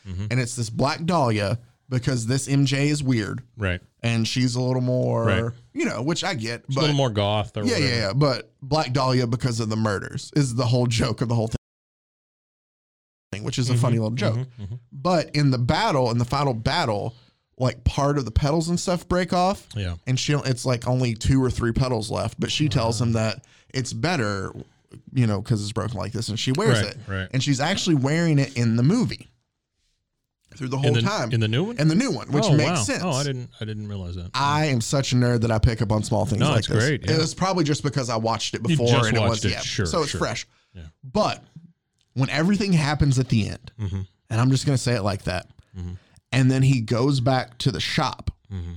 Speaker 2: and it's this black dahlia because this MJ is weird
Speaker 3: Right.
Speaker 2: and she's a little more,
Speaker 3: Right.
Speaker 2: you know, which I get,
Speaker 3: It's
Speaker 2: but
Speaker 3: a little more goth or
Speaker 2: yeah,
Speaker 3: whatever.
Speaker 2: yeah, yeah. But Black Dahlia because of the murders is the whole joke of the whole thing, which is a
Speaker 3: Mm-hmm,
Speaker 2: funny little joke. But in the battle, in the final battle, like part of the petals and stuff break off,
Speaker 3: Yeah.
Speaker 2: and she it's like only two or three petals left. But she tells him
Speaker 3: Uh-huh.
Speaker 2: that it's better, you know, because it's broken like this, and she wears
Speaker 3: Right,
Speaker 2: it,
Speaker 3: right.
Speaker 2: and she's actually wearing it in the movie through the whole
Speaker 3: in the,
Speaker 2: time
Speaker 3: in the new one,
Speaker 2: and the new one, which
Speaker 3: oh,
Speaker 2: makes
Speaker 3: wow.
Speaker 2: sense.
Speaker 3: Oh, I didn't. I didn't realize that.
Speaker 2: I am such a nerd that I pick up on small things
Speaker 3: No,
Speaker 2: like
Speaker 3: it's
Speaker 2: this.
Speaker 3: great, yeah.
Speaker 2: It was probably just because I watched it
Speaker 3: You
Speaker 2: before
Speaker 3: just
Speaker 2: and it
Speaker 3: watched
Speaker 2: was
Speaker 3: it,
Speaker 2: yeah.
Speaker 3: sure,
Speaker 2: so it's
Speaker 3: sure.
Speaker 2: fresh.
Speaker 3: Yeah.
Speaker 2: But when everything happens at the end,
Speaker 3: Mm-hmm,
Speaker 2: and I'm just gonna say it like that, and then he goes back to the shop,
Speaker 3: mm-hmm.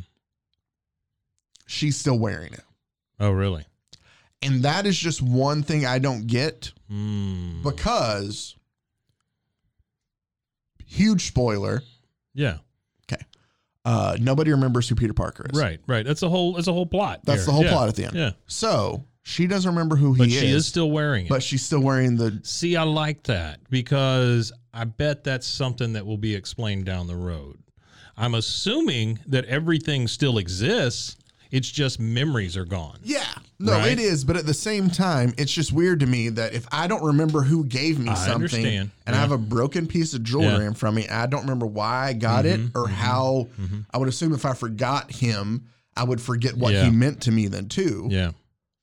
Speaker 2: she's still wearing it.
Speaker 3: oh, really?
Speaker 2: And that is just one thing I don't get
Speaker 3: Mm.
Speaker 2: because huge spoiler.
Speaker 3: yeah.
Speaker 2: Okay. Uh, nobody remembers who Peter Parker is.
Speaker 3: Right. Right. That's the whole. That's the whole plot.
Speaker 2: That's
Speaker 3: there.
Speaker 2: the whole
Speaker 3: Yeah.
Speaker 2: plot at the end.
Speaker 3: Yeah.
Speaker 2: So she doesn't remember who he
Speaker 3: But
Speaker 2: is.
Speaker 3: she is still wearing it.
Speaker 2: but she's still wearing the
Speaker 3: See, I like that because I bet that's something that will be explained down the road. I'm assuming that everything still exists. It's just memories are gone.
Speaker 2: yeah no
Speaker 3: Right.
Speaker 2: it is but at the same time it's just weird to me that if i don't remember who gave me
Speaker 3: I
Speaker 2: something
Speaker 3: understand.
Speaker 2: and i have a broken piece of jewelry
Speaker 3: Yeah. Mm-hmm.
Speaker 2: in front of me and i don't remember why i got it or how i would assume if i forgot him i would forget what
Speaker 3: Yeah.
Speaker 2: he meant to me then too
Speaker 3: Yeah.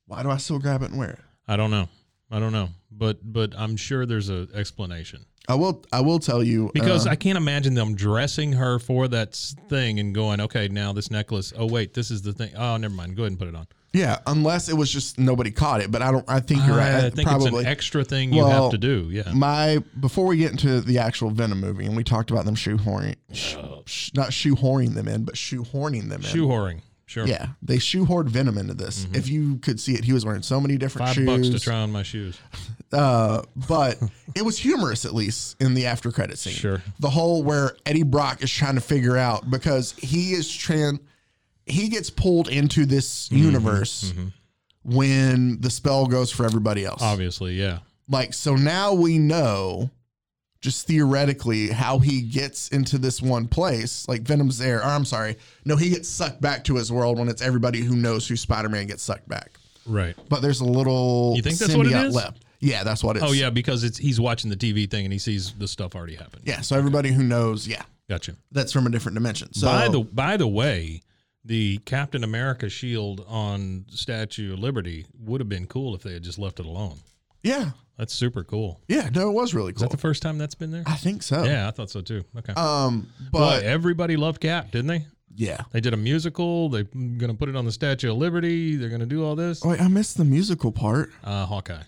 Speaker 2: why do i still grab it and wear it
Speaker 3: I don't know. I don't know. But but I'm sure there's a explanation.
Speaker 2: i will i will tell you
Speaker 3: Because
Speaker 2: uh,
Speaker 3: I can't imagine them dressing her for that s- thing and going, okay, now this necklace. Oh wait, this is the thing. Oh, never mind. Go ahead and put it on.
Speaker 2: yeah unless it was just nobody caught it but i don't i think you're right
Speaker 3: I, think
Speaker 2: probably
Speaker 3: it's an extra thing you have
Speaker 2: Well,
Speaker 3: to do. Yeah.
Speaker 2: my before we get into the actual Venom movie, and we talked about them shoehorning, sh-
Speaker 3: Oh.
Speaker 2: sh- not shoehorning them in, but shoehorning them in.
Speaker 3: Shoe whoring. Sure.
Speaker 2: Yeah, they shoehorned Venom into this. If you could see it, he was wearing so many different
Speaker 3: Mm-hmm. Five
Speaker 2: shoes.
Speaker 3: bucks to try on my shoes.
Speaker 2: Uh, but it was humorous, at least in the after credit scene.
Speaker 3: Sure.
Speaker 2: the whole where Eddie Brock is trying to figure out because he is tran, he gets pulled into this
Speaker 3: Mm-hmm.
Speaker 2: universe when the spell goes for everybody else.
Speaker 3: Obviously, yeah.
Speaker 2: like so now we know just theoretically how he gets into this one place like venom's there or i'm sorry no he gets sucked back to his world when it's everybody who knows who spider-man gets sucked back
Speaker 3: Right.
Speaker 2: but there's a little
Speaker 3: You think that's what it
Speaker 2: symbiote
Speaker 3: is?
Speaker 2: left yeah that's what it is
Speaker 3: Oh yeah, because it's he's watching the TV thing and he sees the stuff already happened.
Speaker 2: yeah so everybody who knows yeah
Speaker 3: Gotcha.
Speaker 2: that's from a different dimension so
Speaker 3: by the by the way, the Captain America shield on Statue of Liberty would have been cool if they had just left it alone.
Speaker 2: yeah
Speaker 3: That's super cool.
Speaker 2: yeah no it was really
Speaker 3: Is
Speaker 2: cool
Speaker 3: that the first time that's been there?
Speaker 2: i think so
Speaker 3: yeah, I thought so too. Okay.
Speaker 2: um
Speaker 3: Boy,
Speaker 2: but
Speaker 3: everybody loved Cap, didn't they?
Speaker 2: yeah
Speaker 3: They did a musical. They're going
Speaker 2: Oh.
Speaker 3: to put it on the Statue of Liberty. They're going to do all this.
Speaker 2: wait i missed the musical part
Speaker 3: Uh, Hawkeye.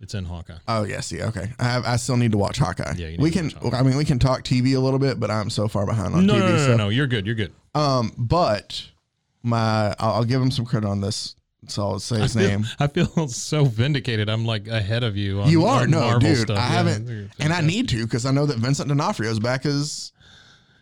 Speaker 3: It's in Hawkeye.
Speaker 2: Oh yeah, see, okay. I have, I still need to watch Hawkeye.
Speaker 3: Yeah, you need
Speaker 2: we
Speaker 3: to
Speaker 2: can.
Speaker 3: watch Hawkeye.
Speaker 2: I mean, we can talk TV a little bit, but I'm so far behind on
Speaker 3: No,
Speaker 2: TV.
Speaker 3: no, no,
Speaker 2: so.
Speaker 3: no, no, You're good. You're good.
Speaker 2: Um, but my I'll, I'll give him some credit on this. So I'll say his
Speaker 3: I feel-
Speaker 2: name.
Speaker 3: I feel so vindicated. I'm like ahead of you. On,
Speaker 2: You are
Speaker 3: on
Speaker 2: no,
Speaker 3: Marvel
Speaker 2: dude.
Speaker 3: Stuff.
Speaker 2: I
Speaker 3: Yeah,
Speaker 2: haven't,
Speaker 3: they're
Speaker 2: and I
Speaker 3: fantastic.
Speaker 2: need to because I know that Vincent D'Onofrio is back as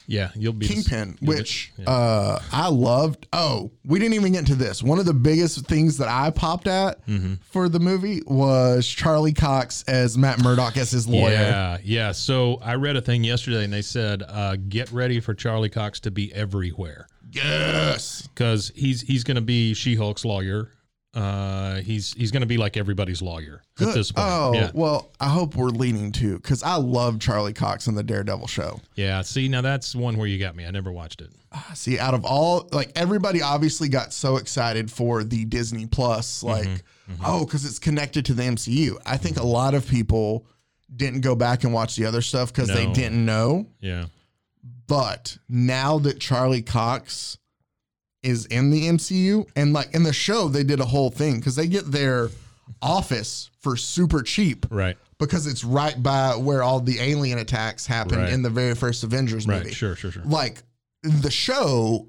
Speaker 3: Yeah, you'll be the-
Speaker 2: Kingpin,
Speaker 3: you'll be-
Speaker 2: which
Speaker 3: yeah.
Speaker 2: uh, I loved. Oh, we didn't even get into this. One of the biggest things that I popped at
Speaker 3: Mm-hmm.
Speaker 2: for the movie was Charlie Cox as Matt Murdock as his lawyer.
Speaker 3: Yeah, yeah. So I read a thing yesterday, and they said, uh, "Get ready for Charlie Cox to be everywhere
Speaker 2: Yes,
Speaker 3: because he's he's going to be She Hulk's lawyer. Uh, he's he's going to be like everybody's lawyer at
Speaker 2: Good.
Speaker 3: this point.
Speaker 2: Oh
Speaker 3: yeah.
Speaker 2: well, I hope we're leaning to because I love Charlie Cox in the Daredevil show.
Speaker 3: yeah. See, now that's one where you got me. I never watched it.
Speaker 2: See, out of all, like everybody obviously got so excited for the Disney
Speaker 3: Mm-hmm.
Speaker 2: Plus, like, oh, because it's connected to the MCU. I think
Speaker 3: Mm-hmm.
Speaker 2: a lot of people didn't go back and watch the other stuff because they
Speaker 3: No.
Speaker 2: didn't know.
Speaker 3: Yeah,
Speaker 2: But now that Charlie Cox is in the MCU and like in the show, they did a whole thing because they get their office for super cheap
Speaker 3: right,
Speaker 2: because it's right by where all the alien attacks happened
Speaker 3: Right.
Speaker 2: in the very first Avengers
Speaker 3: right.
Speaker 2: movie
Speaker 3: Sure, sure, sure.
Speaker 2: like the show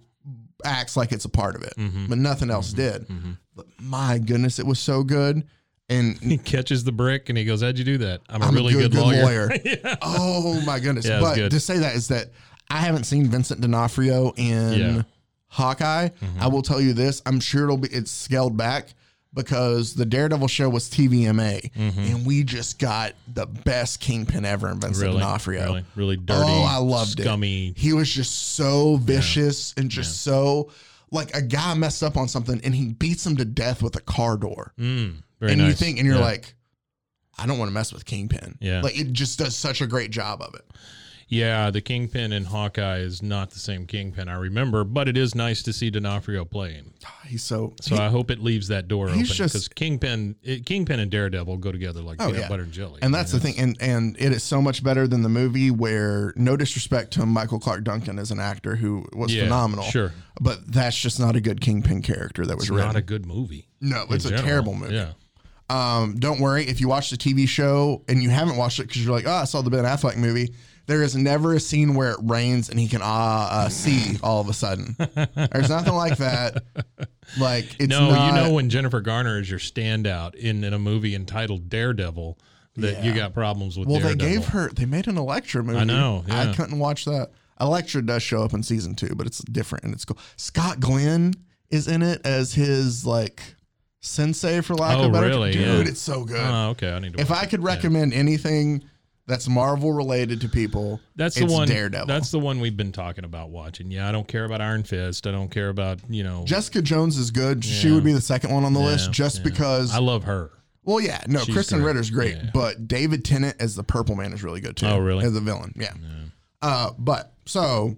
Speaker 2: acts like it's a part of it,
Speaker 3: Mm-hmm.
Speaker 2: but nothing else did. But my goodness, it was so good. And
Speaker 3: He catches the brick and he goes, "How'd you do that? I'm a
Speaker 2: I'm
Speaker 3: really
Speaker 2: a good, good
Speaker 3: lawyer."
Speaker 2: lawyer. Oh my goodness.
Speaker 3: Yeah, it was
Speaker 2: but
Speaker 3: good.
Speaker 2: to say that is that I haven't seen Vincent D'Onofrio in
Speaker 3: Yeah. Mm-hmm.
Speaker 2: Hawkeye. I will tell you this, I'm sure it'll be it's scaled back because the Daredevil show was TVMA
Speaker 3: Mm-hmm.
Speaker 2: and we just got the best kingpin ever in Vincent
Speaker 3: Really,
Speaker 2: D'Onofrio.
Speaker 3: really, really dirty.
Speaker 2: Oh, I loved it.
Speaker 3: scummy.
Speaker 2: He was just so vicious and just so like a guy messed up on something and he beats him to death with a car door.
Speaker 3: Mm, very
Speaker 2: and
Speaker 3: nice.
Speaker 2: you think and you're
Speaker 3: Yeah.
Speaker 2: like, I don't want to mess with Kingpin.
Speaker 3: Yeah.
Speaker 2: Like it just does such a great job of it.
Speaker 3: Yeah, the Kingpin in Hawkeye is not the same Kingpin I remember, but it is nice to see D'Onofrio play him.
Speaker 2: He's so,
Speaker 3: So I hope it leaves that door open
Speaker 2: he's just-
Speaker 3: because Kingpin, it, Kingpin and Daredevil go together like
Speaker 2: Oh,
Speaker 3: peanut
Speaker 2: yeah.
Speaker 3: butter and jelly.
Speaker 2: and that's the thing. And and it is so much better than the movie where no disrespect to Michael Clark Duncan as an actor who was
Speaker 3: Yeah,
Speaker 2: phenomenal.
Speaker 3: sure.
Speaker 2: But that's just not a good Kingpin character that was
Speaker 3: It's
Speaker 2: written.
Speaker 3: not a good movie.
Speaker 2: no,
Speaker 3: in
Speaker 2: it's a
Speaker 3: general.
Speaker 2: terrible movie.
Speaker 3: Yeah,
Speaker 2: Um, don't worry if you watch the TV show and you haven't watched it because you're like, oh, I saw the Ben Affleck movie. There is never a scene where it rains and he can uh, uh, see all of a sudden. There's nothing like that. Like it's
Speaker 3: no,
Speaker 2: not-
Speaker 3: you know when Jennifer Garner is your standout in, in a movie entitled Daredevil that you
Speaker 2: Yeah.
Speaker 3: got problems with.
Speaker 2: Well,
Speaker 3: Daredevil.
Speaker 2: they gave her. They made an Electra movie.
Speaker 3: know,
Speaker 2: I
Speaker 3: yeah.
Speaker 2: couldn't watch that. Electra does show up in season two, but it's different and it's cool. Scott Glenn is in it as his like sensei for lack of
Speaker 3: Oh,
Speaker 2: a better
Speaker 3: really?
Speaker 2: dude.
Speaker 3: Yeah.
Speaker 2: It's so good.
Speaker 3: Oh, okay, I need to.
Speaker 2: if
Speaker 3: watch
Speaker 2: I
Speaker 3: it.
Speaker 2: could
Speaker 3: Yeah.
Speaker 2: recommend anything that's Marvel related to people,
Speaker 3: That's
Speaker 2: it's
Speaker 3: the one.
Speaker 2: Daredevil.
Speaker 3: That's the one we've been talking about watching. Yeah, I don't care about Iron Fist. I don't care about you know.
Speaker 2: Jessica Jones is good. She would be the second one on the list just
Speaker 3: yeah.
Speaker 2: because.
Speaker 3: I love her.
Speaker 2: well, yeah, no,
Speaker 3: She's
Speaker 2: Kristen
Speaker 3: great.
Speaker 2: Ritter's great,
Speaker 3: Yeah.
Speaker 2: but David Tennant as the Purple Man is really good too.
Speaker 3: Oh, really?
Speaker 2: As the villain, yeah. Uh, but so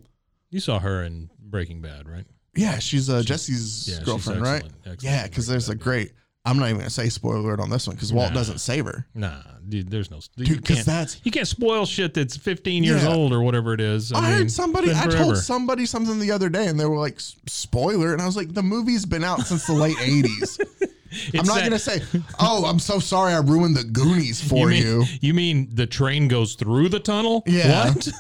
Speaker 3: You saw her in Breaking Bad, right?
Speaker 2: yeah, she's uh, Jesse's
Speaker 3: yeah, she's
Speaker 2: girlfriend, right?
Speaker 3: excellent, excellent
Speaker 2: yeah, because there's a great. I'm not even gonna say spoiler alert on this one because Walt
Speaker 3: Nah.
Speaker 2: doesn't save her.
Speaker 3: Nah, dude, there's no. you,
Speaker 2: Dude, 'cause
Speaker 3: can't,
Speaker 2: that's-
Speaker 3: you can't spoil shit that's 15 years
Speaker 2: Yeah.
Speaker 3: old or whatever it is.
Speaker 2: I,
Speaker 3: mean,
Speaker 2: heard somebody.
Speaker 3: been
Speaker 2: I
Speaker 3: forever.
Speaker 2: told somebody something the other day, and they were like, "S- "Spoiler," and I was like, "The movie's been out since the late '80s." I'm
Speaker 3: It's
Speaker 2: not
Speaker 3: that-
Speaker 2: gonna say, "Oh, I'm so sorry, I ruined the Goonies for
Speaker 3: mean,
Speaker 2: you."
Speaker 3: You mean the train goes through the tunnel?
Speaker 2: Yeah.
Speaker 3: What?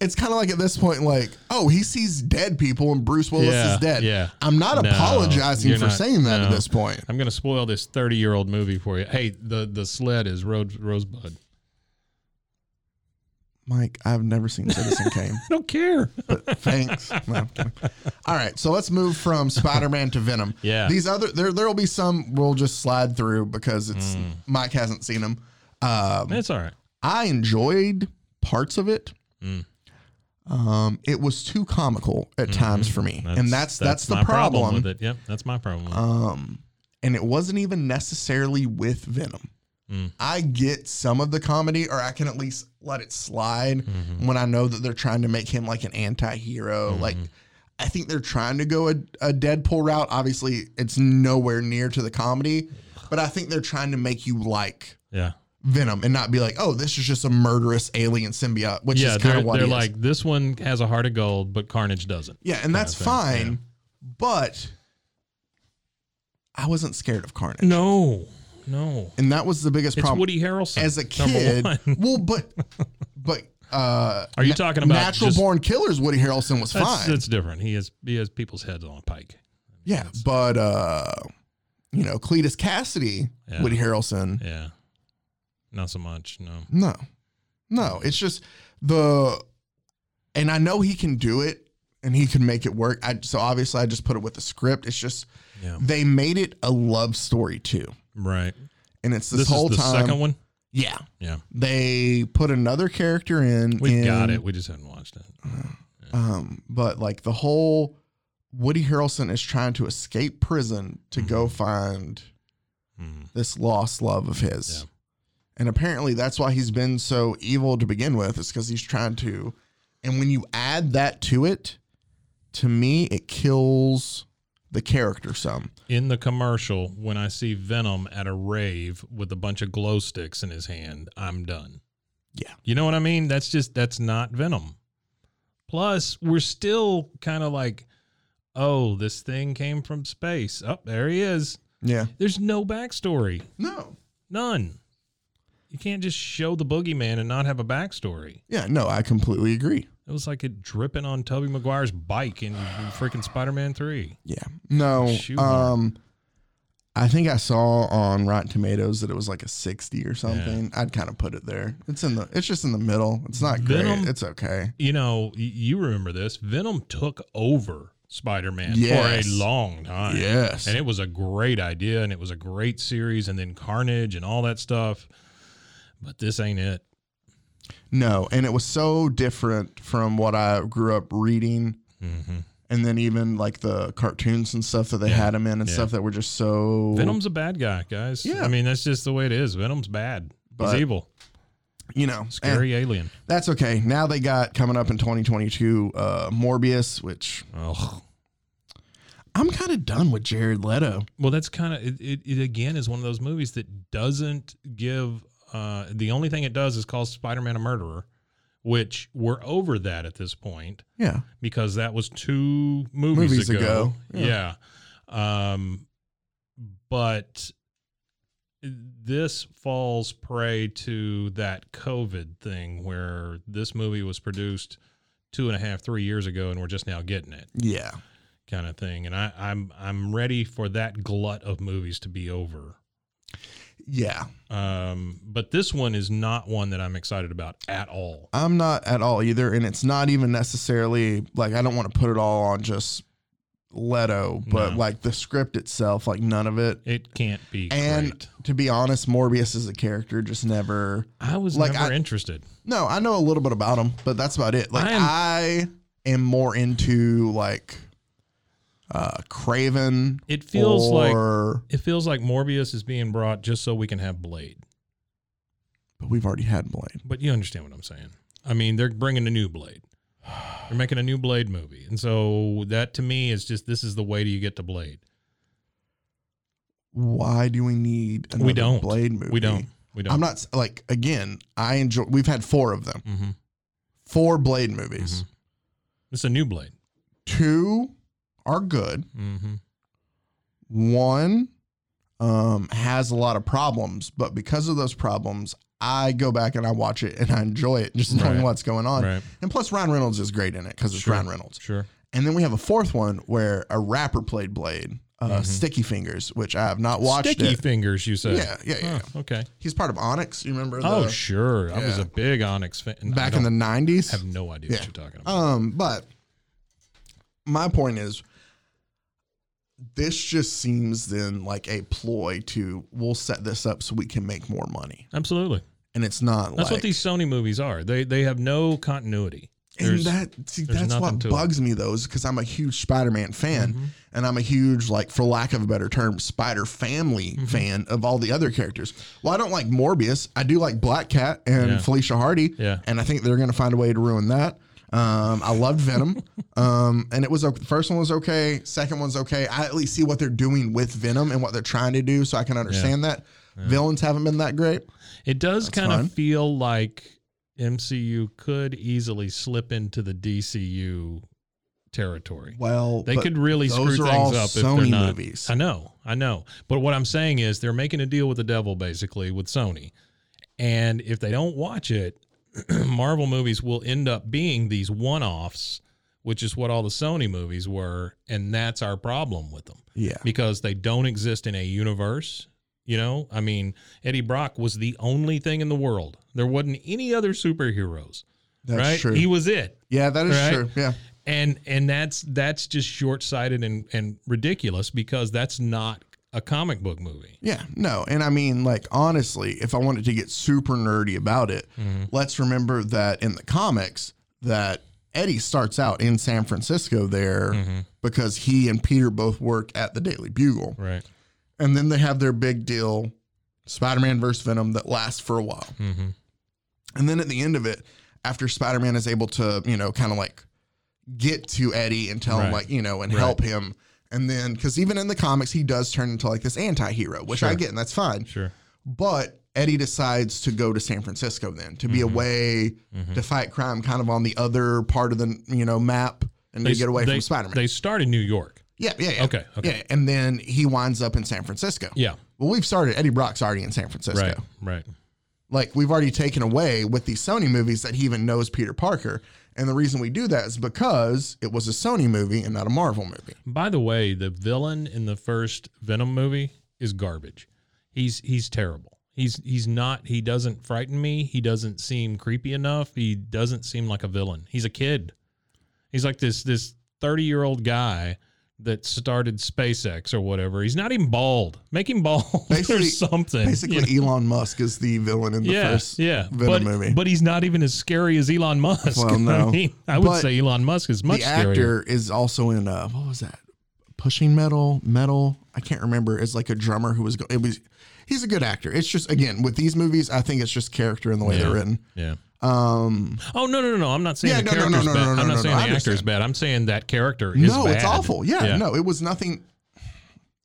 Speaker 2: It's kind of like at this point, like, "Oh, he sees dead people, and Bruce Willis
Speaker 3: Yeah,
Speaker 2: is dead."
Speaker 3: yeah.
Speaker 2: I'm not
Speaker 3: No,
Speaker 2: apologizing
Speaker 3: you're
Speaker 2: for
Speaker 3: not-
Speaker 2: saying that at
Speaker 3: no.
Speaker 2: this point.
Speaker 3: I'm gonna spoil this 30 year old movie for you. Hey, the the sled is Rose, Rosebud.
Speaker 2: Mike, I've never seen Citizen Kane.
Speaker 3: I don't care.
Speaker 2: Thanks. No, I'm kidding. All right, so let's move from Spider-Man to Venom.
Speaker 3: Yeah.
Speaker 2: These other there there will be some we'll just slide through because it's Mike hasn't seen them. Um,
Speaker 3: That's all right.
Speaker 2: I enjoyed parts of it. Um, it was too comical at times for me, and that's that's, the
Speaker 3: my problem.
Speaker 2: problem.
Speaker 3: with it. Yep, that's my problem. With it.
Speaker 2: Um, and it wasn't even necessarily with Venom.
Speaker 3: Mm.
Speaker 2: I get some of the comedy, or I can at least let it slide
Speaker 3: Mm-hmm.
Speaker 2: when I know that they're trying to make him like an anti hero. Like, I think they're trying to go a, a Deadpool route. Obviously, it's nowhere near to the comedy, but I think they're trying to make you like
Speaker 3: yeah.
Speaker 2: Venom and not be like, oh, this is just a murderous alien symbiote, which
Speaker 3: Yeah,
Speaker 2: is kind
Speaker 3: they're,
Speaker 2: of what
Speaker 3: they're
Speaker 2: he is.
Speaker 3: like this one has a heart of gold, but Carnage doesn't.
Speaker 2: Yeah, and that's
Speaker 3: thing,
Speaker 2: fine, but I wasn't scared of Carnage.
Speaker 3: No, No.
Speaker 2: and that was the biggest
Speaker 3: It's
Speaker 2: problem.
Speaker 3: Woody Harrelson.
Speaker 2: as a
Speaker 3: number
Speaker 2: kid.
Speaker 3: one.
Speaker 2: Well, but but uh,
Speaker 3: Are you talking about
Speaker 2: natural
Speaker 3: just-
Speaker 2: born killers? Woody Harrelson was
Speaker 3: That's,
Speaker 2: fine.
Speaker 3: that's different. He has he has people's heads on a pike.
Speaker 2: yeah, but uh, you know, Cletus Cassidy,
Speaker 3: Yeah.
Speaker 2: Woody Harrelson.
Speaker 3: Yeah. Not so much. No.
Speaker 2: No, no, it's just the, and I know he can do it and he can make it work. I so obviously I just put it with the script. It's just
Speaker 3: Yeah.
Speaker 2: they made it a love story too,
Speaker 3: Right.
Speaker 2: and it's this,
Speaker 3: This,
Speaker 2: whole
Speaker 3: is the
Speaker 2: time.
Speaker 3: second one.
Speaker 2: Yeah,
Speaker 3: Yeah.
Speaker 2: they put another character in.
Speaker 3: We have got
Speaker 2: in-
Speaker 3: it. We just hadn't watched it.
Speaker 2: Um, but like the whole Woody Harrelson is trying to escape prison to go find
Speaker 3: Hmm.
Speaker 2: this lost love of his.
Speaker 3: Yeah.
Speaker 2: And apparently that's why he's been so evil to begin with, is because he's trying to and when you add that to it, to me it kills the character some.
Speaker 3: In the commercial, when I see Venom at a rave with a bunch of glow sticks in his hand, I'm done.
Speaker 2: Yeah.
Speaker 3: You know what I mean? That's just that's not Venom. Plus, we're still kind of like, oh, this thing came from space. Up oh, there he is.
Speaker 2: Yeah.
Speaker 3: There's no backstory.
Speaker 2: No.
Speaker 3: None. You can't just show the boogeyman and not have a backstory.
Speaker 2: Yeah, no, I completely agree.
Speaker 3: It was like it dripping on Toby Maguire's bike in freaking Spider-Man 3.
Speaker 2: Yeah. No.
Speaker 3: Shoehorn.
Speaker 2: Um I think I saw on Rotten Tomatoes that it was like a 60 or something. I'd kind of put it there. It's in the it's just in the middle. It's not great.
Speaker 3: Venom-
Speaker 2: It's okay.
Speaker 3: You know, y- you remember this. Venom took over Spider-Man
Speaker 2: Yes.
Speaker 3: for a long time.
Speaker 2: Yes.
Speaker 3: And it was a great idea and it was a great series and then Carnage and all that stuff. But this ain't it.
Speaker 2: No, and it was so different from what I grew up reading
Speaker 3: Mm-hmm.
Speaker 2: and then even like the cartoons and stuff that they
Speaker 3: Yeah.
Speaker 2: had him in and
Speaker 3: Yeah.
Speaker 2: stuff that were just so
Speaker 3: Venom's a bad guy, guys.
Speaker 2: Yeah.
Speaker 3: I mean, that's just the way it is. Venom's bad.
Speaker 2: But-
Speaker 3: He's evil.
Speaker 2: you know and
Speaker 3: Scary alien.
Speaker 2: that's okay. Now they got coming up in 2022 uh Morbius, which
Speaker 3: Oh.
Speaker 2: I'm kind of done with Jared Leto.
Speaker 3: Well, that's kind of it, it. It again is one of those movies that doesn't give. Uh, the only thing it does is call Spider-Man a murderer, which we're over that at this point
Speaker 2: Yeah.
Speaker 3: because that was two movies,
Speaker 2: Movies
Speaker 3: ago.
Speaker 2: ago,
Speaker 3: Yeah. Um, but this falls prey to that COVID thing where this movie was produced two and a half, three years ago, and we're just now getting it
Speaker 2: Yeah.
Speaker 3: kind of thing. And I, I'm I'm ready for that glut of movies to be over.
Speaker 2: Yeah.
Speaker 3: Um, but this one is not one that I'm excited about at all.
Speaker 2: I'm not at all either, and it's not even necessarily like I don't want to put it all on just Leto, but
Speaker 3: No.
Speaker 2: like the script itself, like none of it.
Speaker 3: It can't be
Speaker 2: And
Speaker 3: great.
Speaker 2: to be honest, Morbius as a character just never.
Speaker 3: I was
Speaker 2: like,
Speaker 3: never
Speaker 2: I-
Speaker 3: interested.
Speaker 2: No, I know a little bit about him, but that's about it. Like
Speaker 3: I
Speaker 2: I
Speaker 3: am-
Speaker 2: am, more into like uh Craven.
Speaker 3: It feels like
Speaker 2: or,
Speaker 3: it feels like Morbius is being brought just so we can have Blade.
Speaker 2: but we've already had Blade.
Speaker 3: But you understand what I'm saying. I mean, they're bringing a new Blade. They're making a new Blade movie, and so that to me is just this is the way to you get to Blade.
Speaker 2: Why do we need another
Speaker 3: we don't
Speaker 2: Blade movie?
Speaker 3: We don't. We don't.
Speaker 2: I'm not like again. I enjoy. We've had four of them.
Speaker 3: Mm-hmm.
Speaker 2: Four Blade movies.
Speaker 3: It's a new Blade.
Speaker 2: Two are good.
Speaker 3: Mm-hmm.
Speaker 2: One um, has a lot of problems, but because of those problems, I go back and I watch it and I enjoy it, just knowing
Speaker 3: Right.
Speaker 2: what's going on.
Speaker 3: Right.
Speaker 2: And plus, Ryan Reynolds is great in it because it's
Speaker 3: Sure.
Speaker 2: Ryan Reynolds.
Speaker 3: Sure.
Speaker 2: And then we have a fourth one where a rapper played Blade, uh, Sticky Fingers, which I have not watched.
Speaker 3: Mm-hmm. Sticky
Speaker 2: it.
Speaker 3: fingers, you said.
Speaker 2: Yeah, yeah, yeah.
Speaker 3: Huh, okay.
Speaker 2: He's part of Onyx. You remember?
Speaker 3: oh,
Speaker 2: the-
Speaker 3: sure. I was
Speaker 2: yeah.
Speaker 3: a big Onyx fan.
Speaker 2: back in the nineties.
Speaker 3: I have no idea
Speaker 2: Yeah.
Speaker 3: what you're talking about.
Speaker 2: Um, but my point is, this just seems then like a ploy to we'll set this up so we can make more money,
Speaker 3: Absolutely.
Speaker 2: and it's not.
Speaker 3: That's
Speaker 2: like,
Speaker 3: what these Sony movies are. They they have no continuity.
Speaker 2: And
Speaker 3: There's-
Speaker 2: that see,
Speaker 3: there's
Speaker 2: that's
Speaker 3: nothing
Speaker 2: what
Speaker 3: to it. Mm-hmm.
Speaker 2: bugs me though, is because I'm a huge Spider-Man fan, and I'm a huge like, for lack of a better term, Spider Family
Speaker 3: Mm-hmm.
Speaker 2: fan of all the other characters. Well, I don't like Morbius. I do like Black Cat and
Speaker 3: Yeah.
Speaker 2: Felicia Hardy.
Speaker 3: Yeah.
Speaker 2: and I think they're gonna find a way to ruin that. Um, I loved Venom. um, and it was okay. the first one was okay. Second one's okay. I at least see what they're doing with Venom and what they're trying to do, so I can understand that. Villains haven't been that great.
Speaker 3: It does
Speaker 2: That's
Speaker 3: kind
Speaker 2: fine.
Speaker 3: of feel like MCU could easily slip into the DCU territory.
Speaker 2: Well,
Speaker 3: They
Speaker 2: but
Speaker 3: could really
Speaker 2: those
Speaker 3: screw
Speaker 2: are
Speaker 3: things
Speaker 2: all
Speaker 3: up if
Speaker 2: Sony
Speaker 3: they're not.
Speaker 2: movies.
Speaker 3: I know, I know. But what I'm saying is they're making a deal with the devil basically with Sony. And if they don't watch it, Marvel movies will end up being these one-offs, which is what all the Sony movies were, and that's our problem with them
Speaker 2: Yeah.
Speaker 3: because they don't exist in a universe. You know, I mean, Eddie Brock was the only thing in the world. There wasn't any other superheroes,
Speaker 2: That's
Speaker 3: right?
Speaker 2: true.
Speaker 3: He was it
Speaker 2: yeah, that is
Speaker 3: right?
Speaker 2: true. Yeah.
Speaker 3: and and that's that's just short-sighted and and ridiculous because that's not a comic book movie
Speaker 2: Yeah, no. And I mean, like, honestly, if I wanted to get super nerdy about it, let's remember that in the comics that Eddie starts out in San Francisco there because he and Peter both work at the Daily Bugle.
Speaker 3: right
Speaker 2: And then they have their big deal, Spider Man versus Venom, that lasts for a while.
Speaker 3: mm-hmm.
Speaker 2: And then at the end of it, after Spider Man is able to, you know, kind of like get to Eddie and tell him,
Speaker 3: Right.
Speaker 2: like, you know, and
Speaker 3: Right.
Speaker 2: help him. And then, because even in the comics, he does turn into like this anti hero, which I
Speaker 3: Sure.
Speaker 2: get, and that's fine.
Speaker 3: sure
Speaker 2: But Eddie decides to go to San Francisco then to be
Speaker 3: Mm-hmm.
Speaker 2: away to fight crime, kind of on the other part of the you know map, and to get away
Speaker 3: they,
Speaker 2: from Spider Man.
Speaker 3: they start in new york
Speaker 2: Yeah, yeah, yeah.
Speaker 3: Okay, okay.
Speaker 2: Yeah, and then he winds up in San Francisco.
Speaker 3: yeah
Speaker 2: Well, we've started. Eddie Brock's already in San Francisco.
Speaker 3: right right
Speaker 2: Like we've already taken away with these Sony movies that he even knows Peter Parker. And the reason we do that is because it was a Sony movie and not a Marvel movie.
Speaker 3: by the way the villain in the first venom movie is garbage he's he's terrible he's he's not he doesn't frighten me he doesn't seem creepy enough he doesn't seem like a villain he's a kid he's like this this 30 year old guy that started SpaceX or whatever. He's not even bald. Make him bald or
Speaker 2: Basically-
Speaker 3: something.
Speaker 2: Basically,
Speaker 3: you know?
Speaker 2: Elon Musk is the villain in the
Speaker 3: yeah,
Speaker 2: first
Speaker 3: yeah.
Speaker 2: Venom
Speaker 3: but,
Speaker 2: movie.
Speaker 3: but he's not even as scary as Elon Musk.
Speaker 2: Well, no.
Speaker 3: I, mean, I would
Speaker 2: But
Speaker 3: say Elon Musk is much
Speaker 2: the
Speaker 3: scarier.
Speaker 2: actor is also in uh what was that pushing metal metal i can't remember is like a drummer who was go- it was he's a good actor it's just again with these movies i think it's just character and the way
Speaker 3: Yeah.
Speaker 2: they're written
Speaker 3: Yeah.
Speaker 2: um
Speaker 3: Oh no no no no! I'm not saying
Speaker 2: Yeah,
Speaker 3: the
Speaker 2: no, no, no,
Speaker 3: character's
Speaker 2: no,
Speaker 3: bad.
Speaker 2: no,
Speaker 3: I'm
Speaker 2: no,
Speaker 3: not
Speaker 2: no,
Speaker 3: saying
Speaker 2: no, I
Speaker 3: the actor's
Speaker 2: understand.
Speaker 3: bad. I'm saying that character is
Speaker 2: no
Speaker 3: bad.
Speaker 2: it's awful yeah, no it was nothing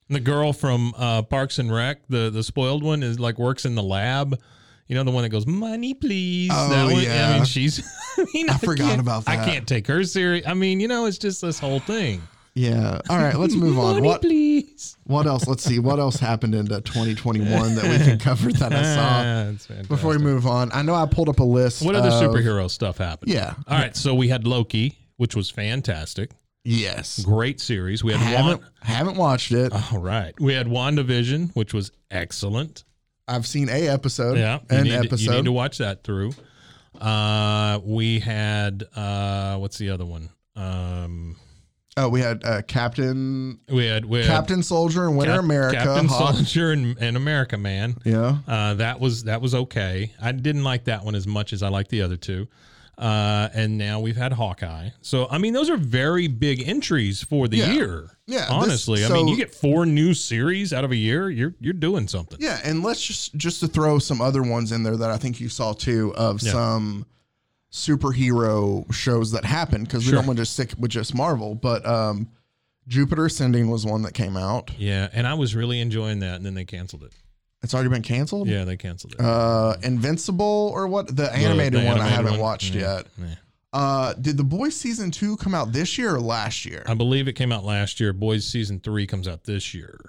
Speaker 3: The girl from uh, Parks and Rec, the the spoiled one, is like works in the lab. You know the one that goes money, please.
Speaker 2: Oh,
Speaker 3: that one, I
Speaker 2: yeah.
Speaker 3: mean, she's. I, mean,
Speaker 2: I forgot
Speaker 3: can't-
Speaker 2: about
Speaker 3: I
Speaker 2: that.
Speaker 3: can't take her serious. I mean, you know, it's just this whole thing.
Speaker 2: yeah all right let's move on
Speaker 3: money,
Speaker 2: what
Speaker 3: please.
Speaker 2: what else let's see what else happened in uh, 2021 that we can cover that i saw
Speaker 3: Ah, that's fantastic.
Speaker 2: before we move on i know i pulled up a list
Speaker 3: what other
Speaker 2: of-
Speaker 3: superhero stuff happened?
Speaker 2: yeah
Speaker 3: All right, so we had Loki, which was fantastic,
Speaker 2: yes
Speaker 3: great series. We had one.
Speaker 2: haven't, haven't watched it
Speaker 3: All right, we had WandaVision, which was excellent.
Speaker 2: i've seen a episode
Speaker 3: Yeah, you
Speaker 2: an
Speaker 3: need to-
Speaker 2: episode
Speaker 3: you need to watch that through. Uh, we had uh, what's the other one? Um,
Speaker 2: Oh, we had uh, Captain
Speaker 3: we had we had
Speaker 2: Captain Soldier and Winter
Speaker 3: Cap-
Speaker 2: America.
Speaker 3: Captain
Speaker 2: Hawk.
Speaker 3: Soldier, and, and America Man.
Speaker 2: Yeah.
Speaker 3: Uh, that was that was okay. I didn't like that one as much as I liked the other two. Uh, and now we've had Hawkeye. So I mean, those are very big entries for the
Speaker 2: Yeah.
Speaker 3: year.
Speaker 2: Yeah, this-
Speaker 3: honestly, I mean,
Speaker 2: so-
Speaker 3: you get four new series out of a year. You're you're doing something.
Speaker 2: Yeah, and let's just just to throw some other ones in there that I think you saw too of
Speaker 3: Yeah.
Speaker 2: some superhero shows that happened because we
Speaker 3: Sure.
Speaker 2: don't want to just stick with just Marvel, but um, Jupiter Ascending was one that came out.
Speaker 3: Yeah, and I was really enjoying that, and then they canceled it.
Speaker 2: It's already been canceled.
Speaker 3: Yeah, they canceled it.
Speaker 2: Uh, Invincible or what? The animated
Speaker 3: the
Speaker 2: one I
Speaker 3: animated
Speaker 2: haven't
Speaker 3: one?
Speaker 2: watched
Speaker 3: Yeah.
Speaker 2: yet.
Speaker 3: Yeah.
Speaker 2: Uh, did The Boys season two come out this year or last year?
Speaker 3: I believe it came out last year. Boys season three comes out this year.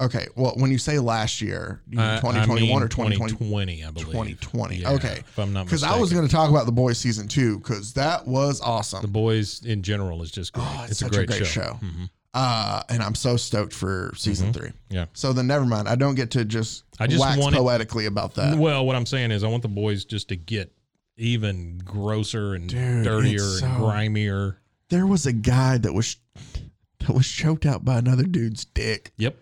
Speaker 2: okay, well, when you say last year, you mean
Speaker 3: I- I
Speaker 2: 2021 Mm, or
Speaker 3: mean
Speaker 2: 2020?
Speaker 3: 2020, I believe.
Speaker 2: 2020.
Speaker 3: Yeah,
Speaker 2: okay.
Speaker 3: If I'm not
Speaker 2: Because I was going to talk about The Boys season two because that was
Speaker 3: The
Speaker 2: awesome.
Speaker 3: Boys in general is just great.
Speaker 2: Oh,
Speaker 3: it's a great, show. Mm-hmm,
Speaker 2: show. Uh, and I'm so stoked for season three.
Speaker 3: Yeah.
Speaker 2: So then, never mind. I don't get to just,
Speaker 3: Mm-hmm. I just
Speaker 2: wax
Speaker 3: wanted-
Speaker 2: poetically about that.
Speaker 3: Well, what I'm saying is, I want the boys just to get even grosser and
Speaker 2: Dude,
Speaker 3: dirtier
Speaker 2: it's
Speaker 3: and
Speaker 2: so-
Speaker 3: grimier.
Speaker 2: There was a guy that was that was choked out by another dude's dick.
Speaker 3: Yep.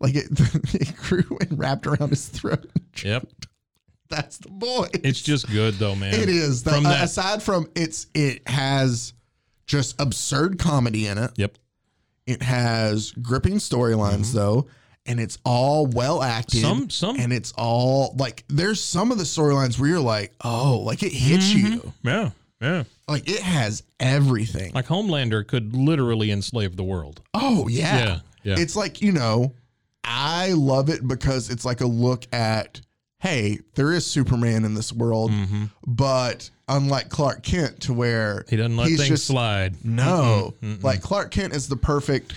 Speaker 2: Like it, it grew and wrapped around his throat.
Speaker 3: Yep.
Speaker 2: That's the boy.
Speaker 3: It's just good though, man.
Speaker 2: It is. The,
Speaker 3: From
Speaker 2: uh,
Speaker 3: that-
Speaker 2: aside from it's, it has just absurd comedy in it.
Speaker 3: Yep.
Speaker 2: It has gripping storylines though, and it's all well acted.
Speaker 3: Mm-hmm. Some- some-
Speaker 2: and it's all like there's some of the storylines where you're like, oh, like it hits
Speaker 3: Mm-hmm.
Speaker 2: you.
Speaker 3: Yeah. Yeah.
Speaker 2: Like it has everything.
Speaker 3: Like Homelander could literally enslave the world.
Speaker 2: oh yeah.
Speaker 3: Yeah. Yeah.
Speaker 2: It's like, you know, I love it because it's like a look at hey, there is Superman in this world, but unlike Clark Kent, to where
Speaker 3: Mm-hmm. He doesn't let
Speaker 2: he's
Speaker 3: things
Speaker 2: just-
Speaker 3: slide.
Speaker 2: No, like Clark Kent is the perfect,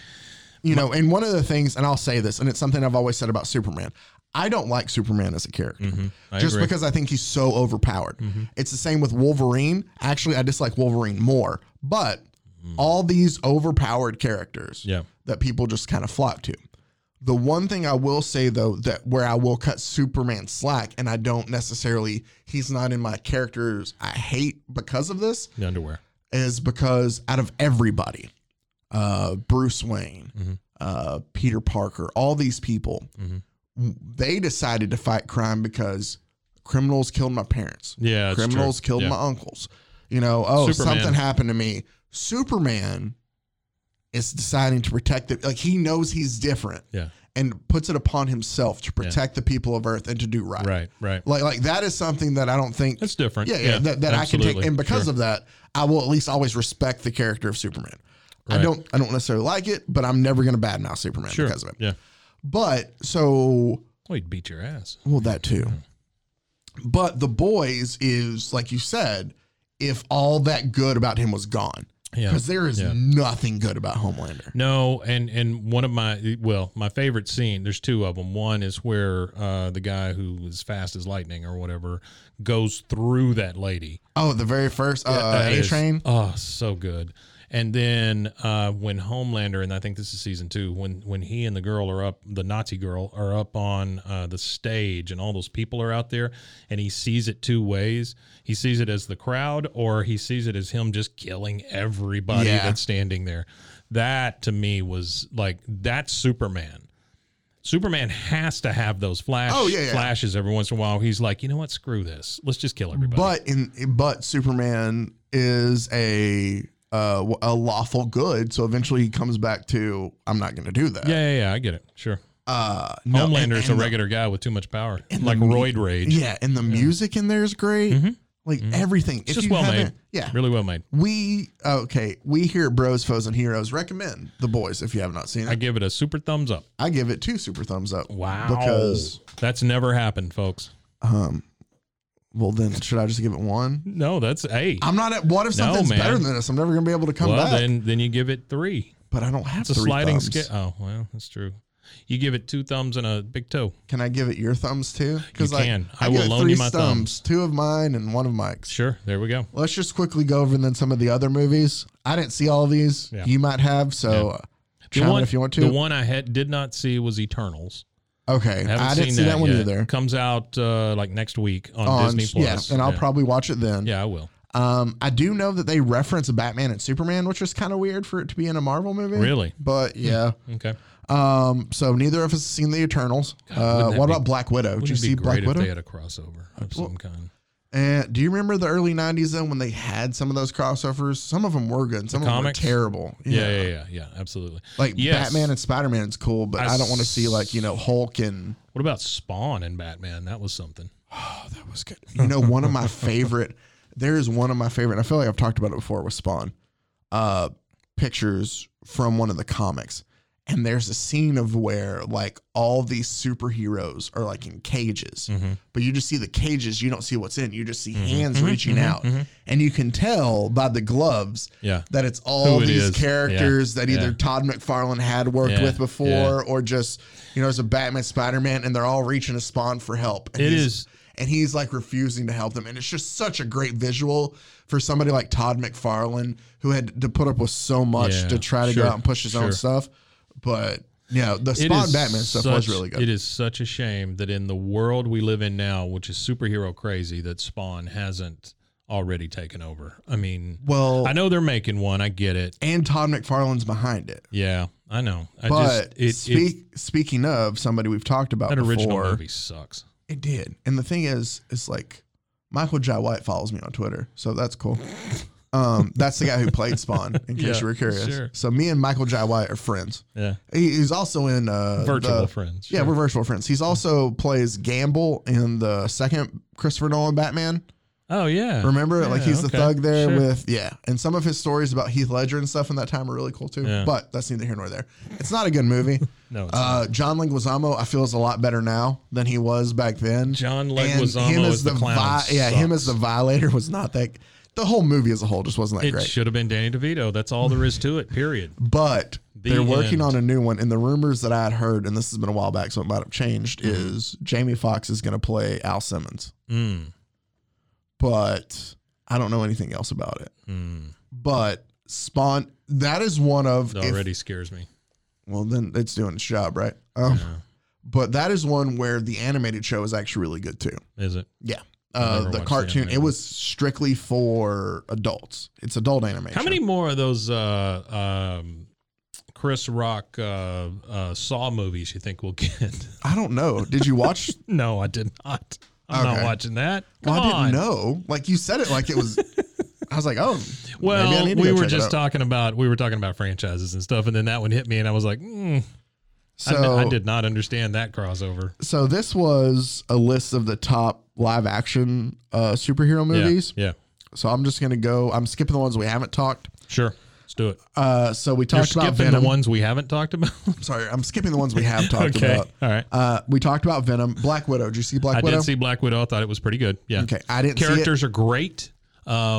Speaker 2: you know. And one of the things, and I'll say this, and it's something I've always said about Superman. I don't like Superman as a character,
Speaker 3: Mm-hmm. I
Speaker 2: just
Speaker 3: agree. Mm-hmm.
Speaker 2: because I think he's so overpowered. It's the same with Wolverine. Actually, I dislike Wolverine more, but all these overpowered characters
Speaker 3: Mm. Yeah.
Speaker 2: that people just kind of flock to. The one thing I will say though that where I will cut Superman slack, and I don't necessarily, he's not in my characters I hate because of this
Speaker 3: The underwear.
Speaker 2: is because out of everybody, uh, Bruce Wayne,
Speaker 3: Mm-hmm.
Speaker 2: uh, Peter Parker, all these people, w- they decided to fight crime because criminals killed my parents.
Speaker 3: Yeah, it's true.
Speaker 2: criminals killed
Speaker 3: Yeah.
Speaker 2: my uncles. You know, oh,
Speaker 3: Superman.
Speaker 2: something happened to me. Superman is deciding to protect it. Like he knows he's different
Speaker 3: Yeah.
Speaker 2: and puts it upon himself to protect the people of Earth and to do right.
Speaker 3: Right. Right.
Speaker 2: Like, like that is something that I don't think
Speaker 3: That's different.
Speaker 2: yeah, yeah, that, that I can take,
Speaker 3: absolutely.
Speaker 2: and because
Speaker 3: Sure.
Speaker 2: of that, I will at least always respect the character of Superman.
Speaker 3: Right.
Speaker 2: I don't, I don't necessarily like it, but I'm never going to badmouth Superman
Speaker 3: sure.
Speaker 2: because of it.
Speaker 3: Yeah.
Speaker 2: But so,
Speaker 3: Well, he'd beat your ass.
Speaker 2: well, that too. But the boys is like you said, if all that good about him was gone,
Speaker 3: Yeah.
Speaker 2: because there is
Speaker 3: Yeah.
Speaker 2: nothing good about Homelander.
Speaker 3: No, and and one of my well, my favorite scene. There's two of them. One is where uh, the guy who is fast as lightning or whatever goes through that lady.
Speaker 2: Oh, the very first uh,
Speaker 3: That
Speaker 2: A
Speaker 3: is-
Speaker 2: Train.
Speaker 3: Oh, so good. And then uh, when Homelander, and I think this is season two, when when he and the girl are up, the Nazi girl are up on uh, the stage, and all those people are out there, and he sees it two ways. He sees it as the crowd, or he sees it as him just killing everybody
Speaker 2: Yeah.
Speaker 3: that's standing there. That to me was like that's Superman. Superman has to have those flash
Speaker 2: Oh, yeah, yeah.
Speaker 3: flashes every once in a while. He's like, you know what? Screw this. Let's just kill everybody.
Speaker 2: But in but Superman is a uh, a lawful good, so eventually he comes back to I'm not going to do that.
Speaker 3: yeah, yeah, yeah. I get it. Sure.
Speaker 2: Uh, and-
Speaker 3: Homelander's
Speaker 2: and the-
Speaker 3: a regular guy with too much power,
Speaker 2: and
Speaker 3: like
Speaker 2: the mu-
Speaker 3: roid rage. Mm-hmm.
Speaker 2: yeah, and the music in there is great. Like everything,
Speaker 3: It's just well made.
Speaker 2: haven't- Yeah,
Speaker 3: really well made.
Speaker 2: we okay. We here at Bros, Foes, and Heroes recommend the boys if you have not seen
Speaker 3: I
Speaker 2: it.
Speaker 3: give it a super thumbs up.
Speaker 2: I, give it two super thumbs up.
Speaker 3: Wow,
Speaker 2: Because
Speaker 3: that's never happened, folks.
Speaker 2: um, well then should I just give it one?
Speaker 3: No, that's hey.
Speaker 2: I'm not at what if
Speaker 3: No,
Speaker 2: something's
Speaker 3: man.
Speaker 2: better than this? I'm never gonna be able to come
Speaker 3: well,
Speaker 2: back.
Speaker 3: then then you give it three.
Speaker 2: but I don't have
Speaker 3: It's a
Speaker 2: three
Speaker 3: sliding
Speaker 2: thumbs.
Speaker 3: scale. Oh, well, that's true. You give it two thumbs and a big toe.
Speaker 2: Can I give it your thumbs too?
Speaker 3: You
Speaker 2: like,
Speaker 3: can. I
Speaker 2: give
Speaker 3: will
Speaker 2: it
Speaker 3: loan
Speaker 2: three
Speaker 3: you my
Speaker 2: two of mine and one of Mike's.
Speaker 3: Sure, there we go.
Speaker 2: Let's just quickly go over then some of the other movies. I didn't see all these.
Speaker 3: Yeah.
Speaker 2: You might have, so uh chime in if you want to.
Speaker 3: The one I had did not see was Eternals.
Speaker 2: okay,
Speaker 3: I haven't
Speaker 2: I
Speaker 3: seen
Speaker 2: didn't see that, one
Speaker 3: yet.
Speaker 2: either.
Speaker 3: Comes out uh, like next week on, Disney
Speaker 2: yeah,
Speaker 3: Plus.
Speaker 2: and I'll probably watch it then.
Speaker 3: yeah, I will.
Speaker 2: Um, I do know that they reference Batman and Superman, which is kind of weird for it to be in a Marvel movie.
Speaker 3: Really?
Speaker 2: But yeah.
Speaker 3: Okay.
Speaker 2: Um, so neither of us has seen the Eternals.
Speaker 3: wouldn't
Speaker 2: uh,
Speaker 3: that
Speaker 2: what
Speaker 3: be-
Speaker 2: about Black Widow? Did
Speaker 3: Would
Speaker 2: you
Speaker 3: it
Speaker 2: see
Speaker 3: be
Speaker 2: Black
Speaker 3: great if
Speaker 2: Widow?
Speaker 3: they had a crossover of some kind?
Speaker 2: And Eh, do you remember the early '90s though, when they had some of those crossovers? Some of them were good, some of them were
Speaker 3: comics?
Speaker 2: terrible.
Speaker 3: Yeah, yeah, yeah, yeah, absolutely.
Speaker 2: Like
Speaker 3: Yes.
Speaker 2: Batman and Spider Man's cool, but
Speaker 3: I
Speaker 2: I, don't want to see like you know Hulk and
Speaker 3: What about Spawn and Batman? That was something.
Speaker 2: that was good. You know, one of my favorite. There is one of my favorite. And I feel like I've talked about it before with Spawn. Uh, pictures from one of the comics, and there's a scene of where like all these superheroes are like in cages,
Speaker 3: Mm-hmm.
Speaker 2: but you just see the cages. You don't see what's in. You just see hands reaching out, and you can tell by the gloves
Speaker 3: Mm-hmm. Yeah.
Speaker 2: that it's all
Speaker 3: Who it
Speaker 2: these
Speaker 3: is.
Speaker 2: characters
Speaker 3: Yeah.
Speaker 2: that either
Speaker 3: Yeah.
Speaker 2: Todd McFarlane had worked
Speaker 3: Yeah.
Speaker 2: with before
Speaker 3: Yeah.
Speaker 2: or just, you know, as a Batman, Spider Man, and they're all reaching a spawn for help. And
Speaker 3: It
Speaker 2: he's-
Speaker 3: is-
Speaker 2: And he's like refusing to help them. And it's just such a great visual for somebody like Todd McFarlane who had to put up with so much
Speaker 3: Yeah.
Speaker 2: to try to
Speaker 3: Sure.
Speaker 2: go out and push his
Speaker 3: Sure.
Speaker 2: own stuff. But, you know, the
Speaker 3: It
Speaker 2: Spawn
Speaker 3: is
Speaker 2: Batman stuff was
Speaker 3: such-
Speaker 2: really good.
Speaker 3: It is such a shame that in the world we live in now, which is superhero crazy, that Spawn hasn't already taken over. I mean,
Speaker 2: well,
Speaker 3: I know they're making one. I get it.
Speaker 2: and Todd McFarlane's behind it.
Speaker 3: Yeah, I know. I
Speaker 2: But
Speaker 3: just it, it
Speaker 2: speak, speaking of somebody we've talked about
Speaker 3: that
Speaker 2: before,
Speaker 3: original movie sucks.
Speaker 2: It did. And the thing is, it's like Michael J. White follows me on Twitter, so that's cool. Um, that's the guy who played Spawn, in case
Speaker 3: Yeah,
Speaker 2: you were curious.
Speaker 3: sure.
Speaker 2: So me and Michael J. White are friends.
Speaker 3: Yeah,
Speaker 2: He, he's also in uh,
Speaker 3: virtual
Speaker 2: the-
Speaker 3: friends.
Speaker 2: Yeah, we're virtual friends. He's also plays Gamble in the second Christopher Nolan Batman.
Speaker 3: Oh yeah.
Speaker 2: Remember,
Speaker 3: Yeah,
Speaker 2: like he's the
Speaker 3: okay.
Speaker 2: thug there
Speaker 3: Sure.
Speaker 2: with yeah, and some of his stories about Heath Ledger and stuff in that time are really cool too.
Speaker 3: Yeah.
Speaker 2: But that's neither here nor there. It's not a good movie.
Speaker 3: No, it's
Speaker 2: uh, John Leguizamo, I feel is a lot better now than he was back then.
Speaker 3: John
Speaker 2: And
Speaker 3: Leguizamo as the clown
Speaker 2: yeah, him
Speaker 3: sucks.
Speaker 2: as the violator was not that. The whole movie as a whole just wasn't that
Speaker 3: It
Speaker 2: great.
Speaker 3: should have been Danny DeVito. That's all there is to it. Period.
Speaker 2: but
Speaker 3: The
Speaker 2: they're working
Speaker 3: end.
Speaker 2: on a new one, and the rumors that I had heard, and this has been a while back, so it might have changed,
Speaker 3: Mm-hmm.
Speaker 2: is Jamie Foxx is going to play Al Simmons.
Speaker 3: Mm.
Speaker 2: But I don't know anything else about it.
Speaker 3: Mm.
Speaker 2: But Spawn, that is one of
Speaker 3: That
Speaker 2: if-
Speaker 3: already scares me.
Speaker 2: well, then it's doing its job, right? Um,
Speaker 3: Yeah.
Speaker 2: But that is one where the animated show is actually really good too.
Speaker 3: Is it?
Speaker 2: Yeah.
Speaker 3: I never
Speaker 2: Uh, the
Speaker 3: watched the
Speaker 2: cartoon, it
Speaker 3: animated.
Speaker 2: was strictly for adults. It's adult animation.
Speaker 3: How many more of those uh, um, Chris Rock uh, uh, Saw movies you think we'll get?
Speaker 2: I don't know. Did you watch?
Speaker 3: no, I did not. I'm
Speaker 2: Okay.
Speaker 3: not watching that.
Speaker 2: well,
Speaker 3: Come
Speaker 2: I
Speaker 3: on.
Speaker 2: didn't know. Like you said it like it was. I was like, oh,
Speaker 3: Well,
Speaker 2: maybe I need to
Speaker 3: we
Speaker 2: go
Speaker 3: were
Speaker 2: check it
Speaker 3: just
Speaker 2: out.
Speaker 3: talking about we were talking about franchises and stuff, and then that one hit me, and I was like, mm, I kn-
Speaker 2: So,
Speaker 3: I did not understand that crossover.
Speaker 2: so this was a list of the top live action uh, superhero movies.
Speaker 3: Yeah, yeah.
Speaker 2: So I'm just gonna go. I'm skipping the ones we haven't talked.
Speaker 3: sure. Let's do it.
Speaker 2: Uh, so we
Speaker 3: You're
Speaker 2: talked about
Speaker 3: skipping
Speaker 2: Venom.
Speaker 3: the ones we haven't talked about.
Speaker 2: Sorry, I'm skipping the ones we have talked
Speaker 3: okay,
Speaker 2: about.
Speaker 3: all right.
Speaker 2: Uh, we talked about Venom, Black Widow. Did you see Black
Speaker 3: I
Speaker 2: Widow?
Speaker 3: did see Black Widow. I thought it was pretty good. Yeah.
Speaker 2: okay, I didn't see it.
Speaker 3: characters are great.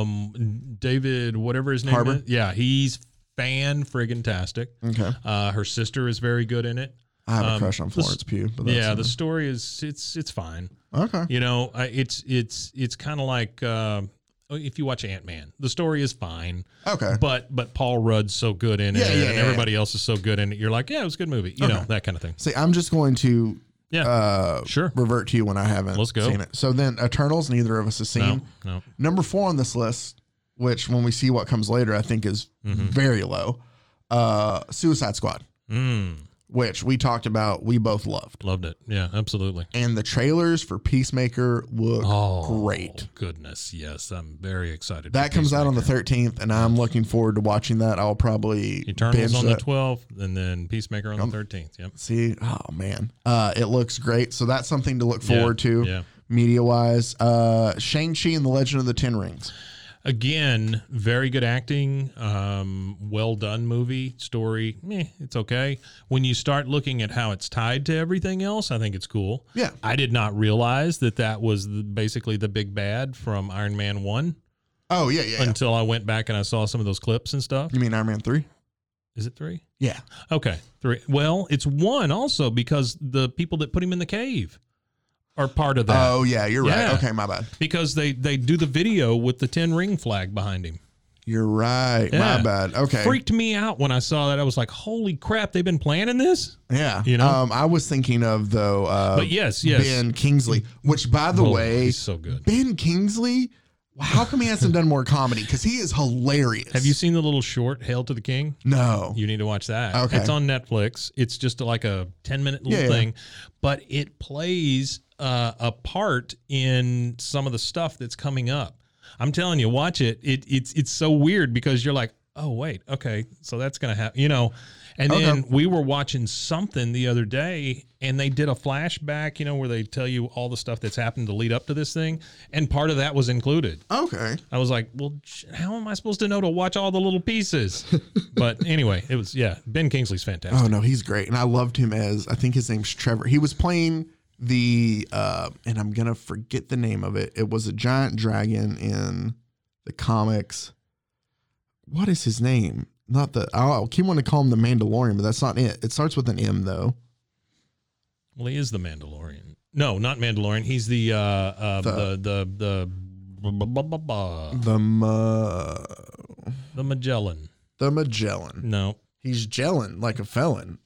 Speaker 3: Um, David, whatever his name
Speaker 2: Harbour?
Speaker 3: is, yeah, he's fan friggin' tastic.
Speaker 2: Okay,
Speaker 3: Uh, her sister is very good in it.
Speaker 2: I have a
Speaker 3: Um,
Speaker 2: crush on
Speaker 3: the s-
Speaker 2: Florence Pugh. But that's
Speaker 3: Yeah, the story is it's it's fine.
Speaker 2: okay.
Speaker 3: You know, I, it's it's it's kind of like uh, if you watch Ant Man, the story is fine,
Speaker 2: Okay,
Speaker 3: but but Paul Rudd's so good in
Speaker 2: Yeah,
Speaker 3: it,
Speaker 2: yeah,
Speaker 3: and
Speaker 2: yeah,
Speaker 3: everybody else is so good in it. You're like, yeah, it was a good movie. You know
Speaker 2: Okay.
Speaker 3: that kind of thing.
Speaker 2: see, I'm just going to
Speaker 3: Yeah,
Speaker 2: uh,
Speaker 3: sure.
Speaker 2: revert to you when I haven't
Speaker 3: Let's go.
Speaker 2: seen it. So then, Eternals, neither of us has seen.
Speaker 3: No, no.
Speaker 2: Number four on this list, which when we see what comes later, I think is
Speaker 3: Mm-hmm.
Speaker 2: very low. Uh, Suicide Squad,
Speaker 3: Mm,
Speaker 2: which we talked about, we both loved,
Speaker 3: loved it. Yeah, absolutely.
Speaker 2: and the trailers for Peacemaker look
Speaker 3: Oh.
Speaker 2: great.
Speaker 3: Goodness, yes, I'm very excited. for
Speaker 2: That comes out on the
Speaker 3: Peacemaker.
Speaker 2: 13th, and I'm looking forward to watching that. I'll probably
Speaker 3: Eternals
Speaker 2: binge
Speaker 3: on the
Speaker 2: that.
Speaker 3: 12th, and then Peacemaker on the 13th. Yep.
Speaker 2: See, oh man, uh, it looks great. So that's something to look forward to,
Speaker 3: yeah.
Speaker 2: media wise. Uh, Shang Chi and the Legend of the Ten Rings.
Speaker 3: Again, very good acting, um, well done movie story. Eh, it's okay. When you start looking at how it's tied to everything else, I think it's cool.
Speaker 2: Yeah.
Speaker 3: I did not realize that that was the, basically the big bad from Iron Man One
Speaker 2: Oh yeah, yeah. yeah.
Speaker 3: until I went back and I saw some of those clips and stuff.
Speaker 2: You mean Iron Man three?
Speaker 3: Is it three?
Speaker 2: Yeah.
Speaker 3: Okay, three. Well, it's one also because the people that put him in the cave are part of that
Speaker 2: Oh yeah, you're
Speaker 3: Yeah.
Speaker 2: right. Okay, my bad.
Speaker 3: because they they do the video with the ten ring flag behind him.
Speaker 2: You're right. My
Speaker 3: Yeah.
Speaker 2: bad. Okay.
Speaker 3: Freaked me out when I saw that. I was like, "Holy crap! They've been planning this."
Speaker 2: Yeah.
Speaker 3: You know?
Speaker 2: Um, I was thinking of though. Uh,
Speaker 3: But yes, yes.
Speaker 2: Ben Kingsley. Which, by the
Speaker 3: Oh,
Speaker 2: way,
Speaker 3: he's so good.
Speaker 2: Ben Kingsley. How come he hasn't done more comedy? Because he is hilarious.
Speaker 3: Have you seen the little short "Hail to the King"?
Speaker 2: No.
Speaker 3: You need to watch that.
Speaker 2: Oh. Okay.
Speaker 3: It's on Netflix. It's just like a 10 minute little
Speaker 2: Yeah, yeah.
Speaker 3: thing, but it plays uh, a part in some of the stuff that's coming up. I'm telling you, watch it. it it's it's so weird because you're like, oh wait, okay, so that's gonna happen, you know. And then we were watching something the other day, and they did a flashback, you know, where they tell you all the stuff that's happened to lead up to this thing, and part of that was included.
Speaker 2: okay.
Speaker 3: I was like, well, sh- how am I supposed to know to watch all the little pieces? but anyway, it was, yeah, Ben Kingsley's
Speaker 2: Oh
Speaker 3: fantastic.
Speaker 2: no, he's great, and I loved him as I think his name's Trevor. He was playing the uh, and I'm gonna forget the name of it. It was a giant dragon in the comics. What is his name? Not the oh, I keep wanting to call him the Mandalorian, but that's not it. It starts with an M though.
Speaker 3: Well, he is the Mandalorian. No, not Mandalorian. He's the, uh, uh,
Speaker 2: The-
Speaker 3: the, the, the, blah, blah, blah, blah, blah.
Speaker 2: The Ma-
Speaker 3: the Magellan.
Speaker 2: the Magellan.
Speaker 3: No,
Speaker 2: He's gelling like a felon,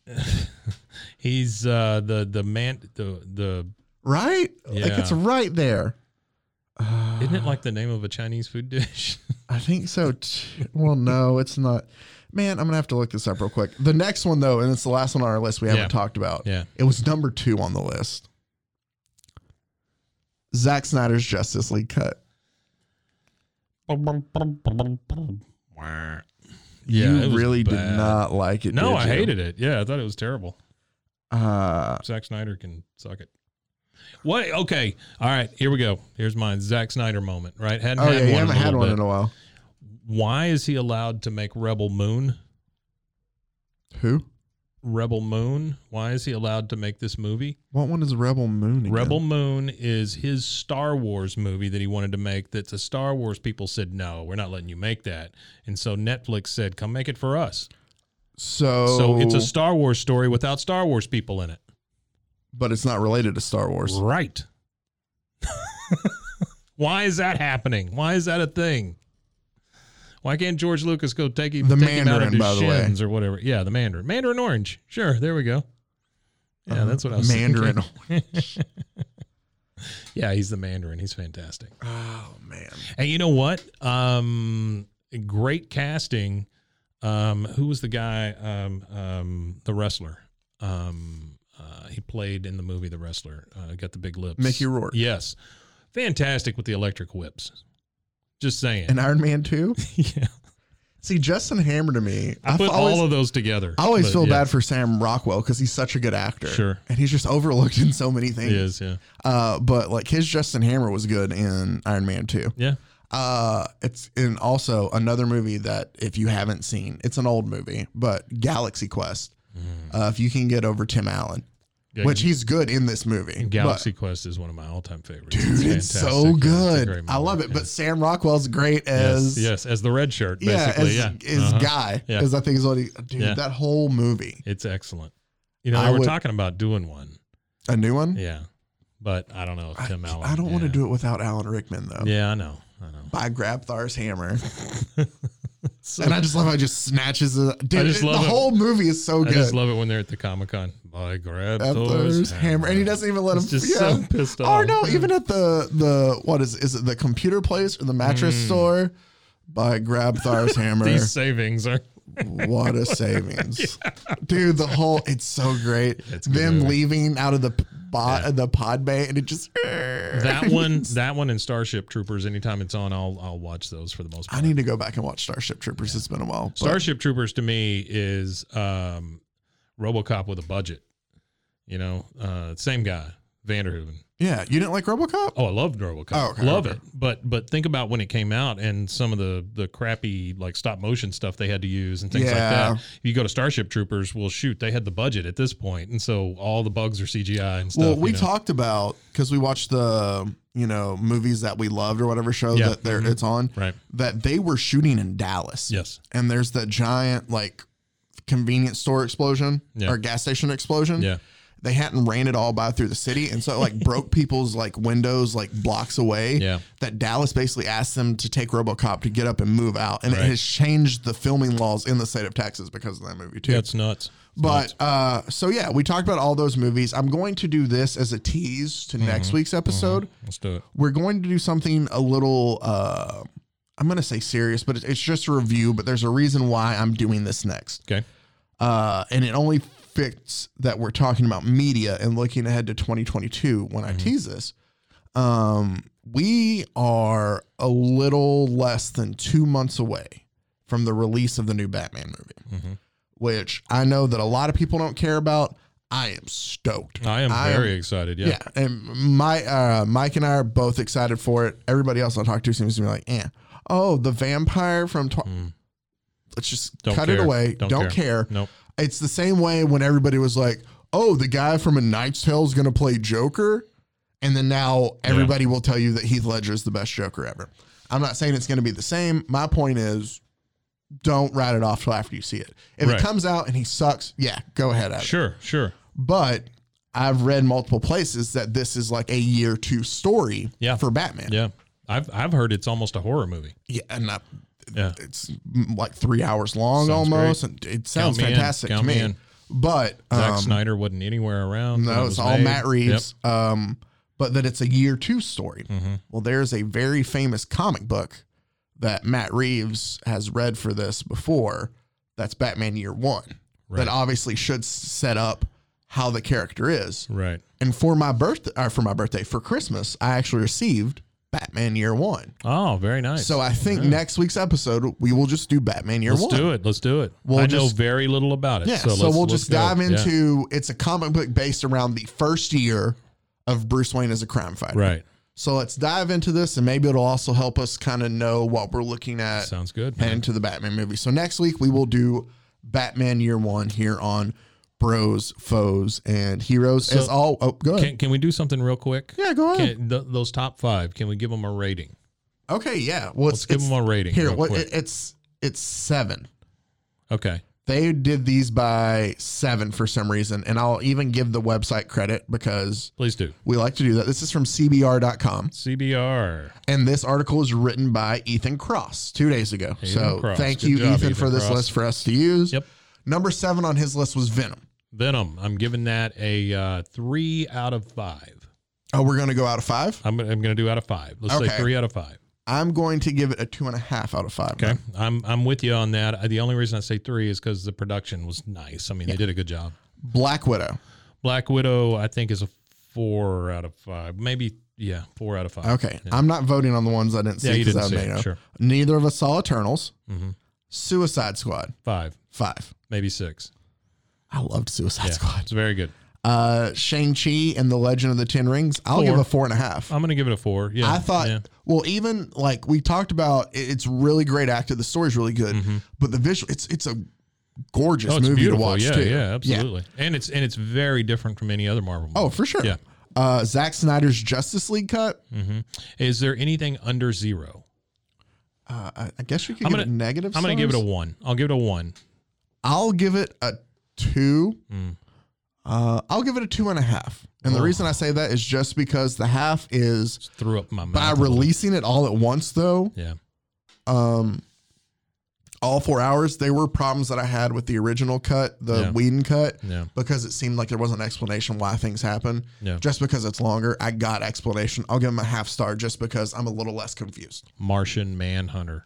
Speaker 3: he's, uh, the, the man, the, the,
Speaker 2: right? Like
Speaker 3: Yeah.
Speaker 2: it's right there. Uh,
Speaker 3: isn't it like the name of a Chinese food dish?
Speaker 2: I think so. T- well, no, it's not. Man, I'm gonna have to look this up real quick. The next one though, and it's the last one on our list we haven't
Speaker 3: Yeah.
Speaker 2: talked about.
Speaker 3: yeah.
Speaker 2: It was number two on the list. Zack Snyder's Justice League cut.
Speaker 3: Yeah. it
Speaker 2: you
Speaker 3: was
Speaker 2: really did
Speaker 3: bad.
Speaker 2: not like it.
Speaker 3: No,
Speaker 2: did
Speaker 3: I
Speaker 2: you?
Speaker 3: hated it. Yeah. I thought it was terrible.
Speaker 2: Uh,
Speaker 3: Zack Snyder can suck it. What? Okay. All right. Here we go. Here's my Zack Snyder moment. Right. Hadn't
Speaker 2: Oh
Speaker 3: had
Speaker 2: yeah,
Speaker 3: one
Speaker 2: you
Speaker 3: in a
Speaker 2: haven't had
Speaker 3: little
Speaker 2: one
Speaker 3: bit.
Speaker 2: in a while.
Speaker 3: Why is he allowed to make Rebel Moon?
Speaker 2: Who?
Speaker 3: Rebel Moon. Why is he allowed to make this movie?
Speaker 2: What one is Rebel Moon? Again?
Speaker 3: Rebel Moon is his Star Wars movie that he wanted to make. That's a Star Wars. People said no, we're not letting you make that, and so Netflix said, "Come make it for us."
Speaker 2: So,
Speaker 3: So it's a Star Wars story without Star Wars people in it.
Speaker 2: but it's not related to Star Wars.
Speaker 3: Right. Why is that happening? Why is that a thing? Why can't George Lucas go take him,
Speaker 2: The
Speaker 3: take him out
Speaker 2: Mandarin,
Speaker 3: of his
Speaker 2: by the way.
Speaker 3: shins or whatever? Yeah, the Mandarin. Mandarin Orange. Sure, there we go. Yeah,
Speaker 2: Uh,
Speaker 3: that's what I was thinking.
Speaker 2: Mandarin.
Speaker 3: Yeah, he's the Mandarin. He's fantastic.
Speaker 2: oh man.
Speaker 3: And you know what? Um, great casting. Um, who was the guy? Um, um, the wrestler. Um, uh, he played in the movie The Wrestler. Uh, got the big lips.
Speaker 2: Mickey Rourke.
Speaker 3: Yes, fantastic with the electric whips. Just saying.
Speaker 2: And Iron Man Two.
Speaker 3: yeah,
Speaker 2: See, Justin Hammer to me.
Speaker 3: I
Speaker 2: I've
Speaker 3: put
Speaker 2: always,
Speaker 3: all of those together.
Speaker 2: I always
Speaker 3: but
Speaker 2: feel
Speaker 3: yeah,
Speaker 2: bad for Sam Rockwell because he's such a good actor.
Speaker 3: Sure.
Speaker 2: And he's just overlooked in so many things.
Speaker 3: He is. Yeah.
Speaker 2: Uh, but like his Justin Hammer was good in Iron Man Two.
Speaker 3: Yeah.
Speaker 2: Uh, it's in also another movie that if you haven't seen, it's an old movie, but Galaxy Quest. Uh, if you can get over Tim Allen,
Speaker 3: Mm. Yeah,
Speaker 2: which he's good in this movie, but-
Speaker 3: Galaxy Quest is one of my all-time favorites.
Speaker 2: dude, it's so
Speaker 3: fantastic. Yeah, it's a
Speaker 2: good.
Speaker 3: great
Speaker 2: I
Speaker 3: movie.
Speaker 2: love it.
Speaker 3: Yeah.
Speaker 2: But Sam Rockwell's great as
Speaker 3: yes, yes, as the red shirt,
Speaker 2: yeah,
Speaker 3: basically.
Speaker 2: as
Speaker 3: Yeah,
Speaker 2: his
Speaker 3: Uh-huh.
Speaker 2: guy,
Speaker 3: Yeah.
Speaker 2: is I think is what he dude.
Speaker 3: Yeah.
Speaker 2: That whole movie,
Speaker 3: It's excellent. You know, they
Speaker 2: I
Speaker 3: we're
Speaker 2: would-
Speaker 3: talking about doing one.
Speaker 2: a new one.
Speaker 3: Yeah. But I don't know if
Speaker 2: I,
Speaker 3: Tim Allen.
Speaker 2: I don't
Speaker 3: yeah.
Speaker 2: want to do it without Alan Rickman though.
Speaker 3: Yeah, I know. I know.
Speaker 2: I grab Thar's hammer,
Speaker 3: So,
Speaker 2: and I just love how he just snatches it. Dude,
Speaker 3: just
Speaker 2: it- the
Speaker 3: love it.
Speaker 2: whole movie is so
Speaker 3: I
Speaker 2: good.
Speaker 3: just love it when they're at the Comic Con. I grab
Speaker 2: At
Speaker 3: Thor's
Speaker 2: Thor's hammer, and he doesn't even let
Speaker 3: He's
Speaker 2: him.
Speaker 3: just
Speaker 2: yeah.
Speaker 3: so pissed
Speaker 2: Oh
Speaker 3: off.
Speaker 2: no! Even at the the what is is it the computer place or the mattress store? By grab Thar's hammer.
Speaker 3: Mm. These savings are.
Speaker 2: what a savings, dude! The whole it's so great.
Speaker 3: it's a good
Speaker 2: Them
Speaker 3: movie.
Speaker 2: leaving out of the bot
Speaker 3: Yeah.
Speaker 2: the pod bay and it just
Speaker 3: That one, that one, and Starship Troopers. Anytime it's on, I'll I'll watch those for the most
Speaker 2: I
Speaker 3: part.
Speaker 2: need to go back and watch Starship Troopers. It's been a while. but-
Speaker 3: Starship Troopers to me is um, RoboCop with a budget. You know, uh, same guy, Vanderhooven.
Speaker 2: yeah, you didn't like RoboCop?
Speaker 3: Oh, I loved RoboCop.
Speaker 2: Oh, okay,
Speaker 3: Love
Speaker 2: okay.
Speaker 3: it. But but think about when it came out and some of the the crappy like stop motion stuff they had to use and things
Speaker 2: Yeah.
Speaker 3: like that. If you go to Starship Troopers, well shoot, they had the budget at this point, and so all the bugs are CGI and stuff.
Speaker 2: well, we
Speaker 3: you know?
Speaker 2: talked about because we watched the you know movies that we loved or whatever show
Speaker 3: Yeah. Mm-hmm.
Speaker 2: that they're, it's on
Speaker 3: Right.
Speaker 2: that they were shooting in Dallas.
Speaker 3: Yes.
Speaker 2: and there's that giant like convenience store explosion
Speaker 3: Yeah.
Speaker 2: or gas station explosion.
Speaker 3: Yeah.
Speaker 2: They hadn't ran it all by through the city, and so it like broke people's like windows like blocks away.
Speaker 3: Yeah.
Speaker 2: That Dallas basically asked them to take RoboCop to get up and move out, and
Speaker 3: Right.
Speaker 2: it has changed the filming laws in the state of Texas because of that movie too.
Speaker 3: That's nuts.
Speaker 2: But uh, so yeah, we talked about all those movies. I'm going to do this as a tease to next week's episode.
Speaker 3: Let's do it.
Speaker 2: We're going to do something a little. Uh, I'm going to say serious, but it's, it's just a review. But there's a reason why I'm doing this next,
Speaker 3: Okay.
Speaker 2: uh, and it only fits that we're talking about media and looking ahead to 2022 when
Speaker 3: Mm-hmm.
Speaker 2: I tease this. Um, we are a little less than two months away from the release of the new Batman movie
Speaker 3: Mm-hmm.
Speaker 2: which I know that a lot of people don't care about. I am stoked.
Speaker 3: I am
Speaker 2: I am-
Speaker 3: very excited. Yeah.
Speaker 2: Yeah, and my uh, Mike and I are both excited for it. Everybody else I talk to seems to be like, "Eh, oh, the vampire from." Tw- Let's just
Speaker 3: Mm. Don't
Speaker 2: cut it
Speaker 3: care.
Speaker 2: away.
Speaker 3: Don't
Speaker 2: Don't,
Speaker 3: care.
Speaker 2: care.
Speaker 3: Nope.
Speaker 2: It's the same way when everybody was like, "Oh, the guy from A Knight's Tale is going to play Joker," and then now everybody will tell you that Heath Ledger is the best Joker ever. I'm not saying it's going to be the same. My point is, don't write it off till after you see it. If
Speaker 3: Right.
Speaker 2: it comes out and he sucks, yeah, go ahead at it
Speaker 3: Sure. Sure.
Speaker 2: but I've read multiple places that this is like a year two story
Speaker 3: Yeah.
Speaker 2: for Batman.
Speaker 3: Yeah. I've I've heard it's almost a horror movie.
Speaker 2: Yeah, and I,
Speaker 3: Yeah.
Speaker 2: it's like three hours long
Speaker 3: Sounds
Speaker 2: almost, and it sounds
Speaker 3: me in.
Speaker 2: fantastic
Speaker 3: Count
Speaker 2: to
Speaker 3: me
Speaker 2: me.
Speaker 3: in.
Speaker 2: But
Speaker 3: Zack
Speaker 2: um,
Speaker 3: Snyder wasn't anywhere around. when it
Speaker 2: no,
Speaker 3: was
Speaker 2: it's all
Speaker 3: made.
Speaker 2: Matt Reeves. Um, but that it's a year two story.
Speaker 3: Mm-hmm.
Speaker 2: Well, there's a very famous comic book that Matt Reeves has read for this before. That's Batman Year One.
Speaker 3: Right.
Speaker 2: That obviously should s- set up how the character is.
Speaker 3: Yep. Right.
Speaker 2: And for my birthday, or for my birthday, for Christmas, I actually received Batman Year One.
Speaker 3: Oh, very nice.
Speaker 2: So I think next week's episode we will just do Batman Year
Speaker 3: Let's
Speaker 2: One.
Speaker 3: do it. Let's do it.
Speaker 2: We'll
Speaker 3: I know
Speaker 2: just-
Speaker 3: very little about it.
Speaker 2: Yeah.
Speaker 3: So,
Speaker 2: So,
Speaker 3: let's-
Speaker 2: we'll
Speaker 3: let's
Speaker 2: just
Speaker 3: go.
Speaker 2: dive
Speaker 3: Yeah.
Speaker 2: into. It's a comic book based around the first year of Bruce Wayne as a crime fighter.
Speaker 3: Right.
Speaker 2: So let's dive into this, and maybe it'll also help us kind of know what we're looking at
Speaker 3: Sounds good. man.
Speaker 2: and to the Batman movie. So next week we will do Batman Year One here on Bros, Foes, and Heroes.
Speaker 3: So-
Speaker 2: as all, oh, go ahead.
Speaker 3: Can, can we do something real quick?
Speaker 2: yeah, go on.
Speaker 3: Can, th- those top five, can we give them a rating?
Speaker 2: okay, yeah. Well,
Speaker 3: Let's give them a rating.
Speaker 2: here.
Speaker 3: real
Speaker 2: What
Speaker 3: quick.
Speaker 2: it, it's it's seven.
Speaker 3: okay.
Speaker 2: They did these by seven for some reason, and I'll even give the website credit because
Speaker 3: Please do.
Speaker 2: we like to do that. This is from CBR.com,
Speaker 3: CBR.
Speaker 2: and this article is written by Ethan Cross two days ago.
Speaker 3: Ethan
Speaker 2: so
Speaker 3: Cross.
Speaker 2: thank
Speaker 3: Good
Speaker 2: you,
Speaker 3: job,
Speaker 2: Ethan,
Speaker 3: Ethan
Speaker 2: for this
Speaker 3: Cross.
Speaker 2: list for us to use.
Speaker 3: Yep.
Speaker 2: Number seven on his list was Venom.
Speaker 3: Venom. I'm giving that a uh, three out of five.
Speaker 2: Oh, we're gonna go out of five.
Speaker 3: I'm, I'm going to do out of five. Let's
Speaker 2: Okay.
Speaker 3: say three out of five.
Speaker 2: I'm going to give it a two and a half out of five.
Speaker 3: Okay.
Speaker 2: man.
Speaker 3: I'm, I'm with you on that. I, the only reason I say three is because the production was nice. I mean, they did a good job.
Speaker 2: Black Widow.
Speaker 3: Black Widow, I think, is a four out of five. Maybe, yeah, four out of five.
Speaker 2: Okay.
Speaker 3: Yeah,
Speaker 2: I'm not voting on the ones I didn't see
Speaker 3: Yeah, you
Speaker 2: 'cause
Speaker 3: didn't
Speaker 2: I
Speaker 3: see
Speaker 2: may know.
Speaker 3: it. Sure.
Speaker 2: Neither of us saw Eternals.
Speaker 3: Mhm.
Speaker 2: Suicide Squad.
Speaker 3: Five,
Speaker 2: Five.
Speaker 3: maybe six.
Speaker 2: I loved Suicide
Speaker 3: Yeah,
Speaker 2: Squad.
Speaker 3: It's very good.
Speaker 2: Uh, Shang Chi and the Legend of the Ten Rings. I'll
Speaker 3: Four.
Speaker 2: give a four and a half.
Speaker 3: I'm going to give it a four. Yeah.
Speaker 2: I thought,
Speaker 3: yeah.
Speaker 2: well, even like we talked about, it- it's really great acted. The story's really good, but the visual, it's it's a gorgeous
Speaker 3: Mm-hmm. Oh, it's
Speaker 2: movie to
Speaker 3: beautiful.
Speaker 2: watch
Speaker 3: yeah,
Speaker 2: too.
Speaker 3: yeah, absolutely. And it's and it's very different from any other Marvel. Movie.
Speaker 2: Oh, for sure.
Speaker 3: Yeah.
Speaker 2: Uh, Zack Snyder's Justice League cut.
Speaker 3: hmm Is there anything under zero?
Speaker 2: Uh, I, I guess you could
Speaker 3: I'm
Speaker 2: give
Speaker 3: gonna-
Speaker 2: it negative.
Speaker 3: I'm going to give it
Speaker 2: stars.
Speaker 3: a one. I'll give it a one.
Speaker 2: I'll give it a two.
Speaker 3: Mm.
Speaker 2: Uh, I'll give it a two and a half. And the
Speaker 3: Oh.
Speaker 2: reason I say that is just because the half is
Speaker 3: Just threw up my mouth.
Speaker 2: by
Speaker 3: a little.
Speaker 2: releasing it all at once, though,
Speaker 3: Yeah.
Speaker 2: um, all four hours, there were problems that I had with the original cut, the
Speaker 3: Yeah.
Speaker 2: Whedon cut,
Speaker 3: Yeah.
Speaker 2: because it seemed like there wasn't an explanation why things happen.
Speaker 3: Yeah.
Speaker 2: Just because it's longer, I got explanation. I'll give him a half star just because I'm a little less confused.
Speaker 3: Martian Manhunter.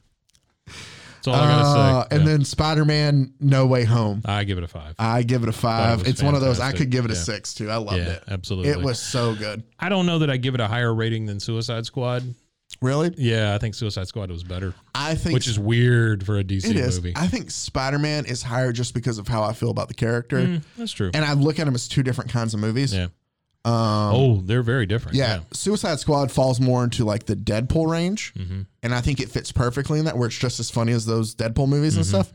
Speaker 3: That's all I got
Speaker 2: Uh,
Speaker 3: to say.
Speaker 2: and
Speaker 3: Yeah.
Speaker 2: then Spider Man No Way Home.
Speaker 3: I give it a five.
Speaker 2: I give it a five.
Speaker 3: was
Speaker 2: it's one of those I
Speaker 3: fantastic.
Speaker 2: could give it a
Speaker 3: Yeah.
Speaker 2: six too. I loved
Speaker 3: yeah,
Speaker 2: it.
Speaker 3: absolutely.
Speaker 2: It was so good.
Speaker 3: I don't know that I give it a higher rating than Suicide Squad.
Speaker 2: Really?
Speaker 3: Yeah, I think Suicide Squad was better,
Speaker 2: I think
Speaker 3: which is weird for a DC
Speaker 2: it is.
Speaker 3: movie.
Speaker 2: I think Spider Man is higher just because of how I feel about the character,
Speaker 3: Mm, that's true.
Speaker 2: and I look at them as two different kinds of movies.
Speaker 3: Yeah.
Speaker 2: Um,
Speaker 3: oh, they're very different.
Speaker 2: yeah, Suicide Squad falls more into like the Deadpool range, and I think it fits perfectly in that where it's just as funny as those Deadpool movies and stuff.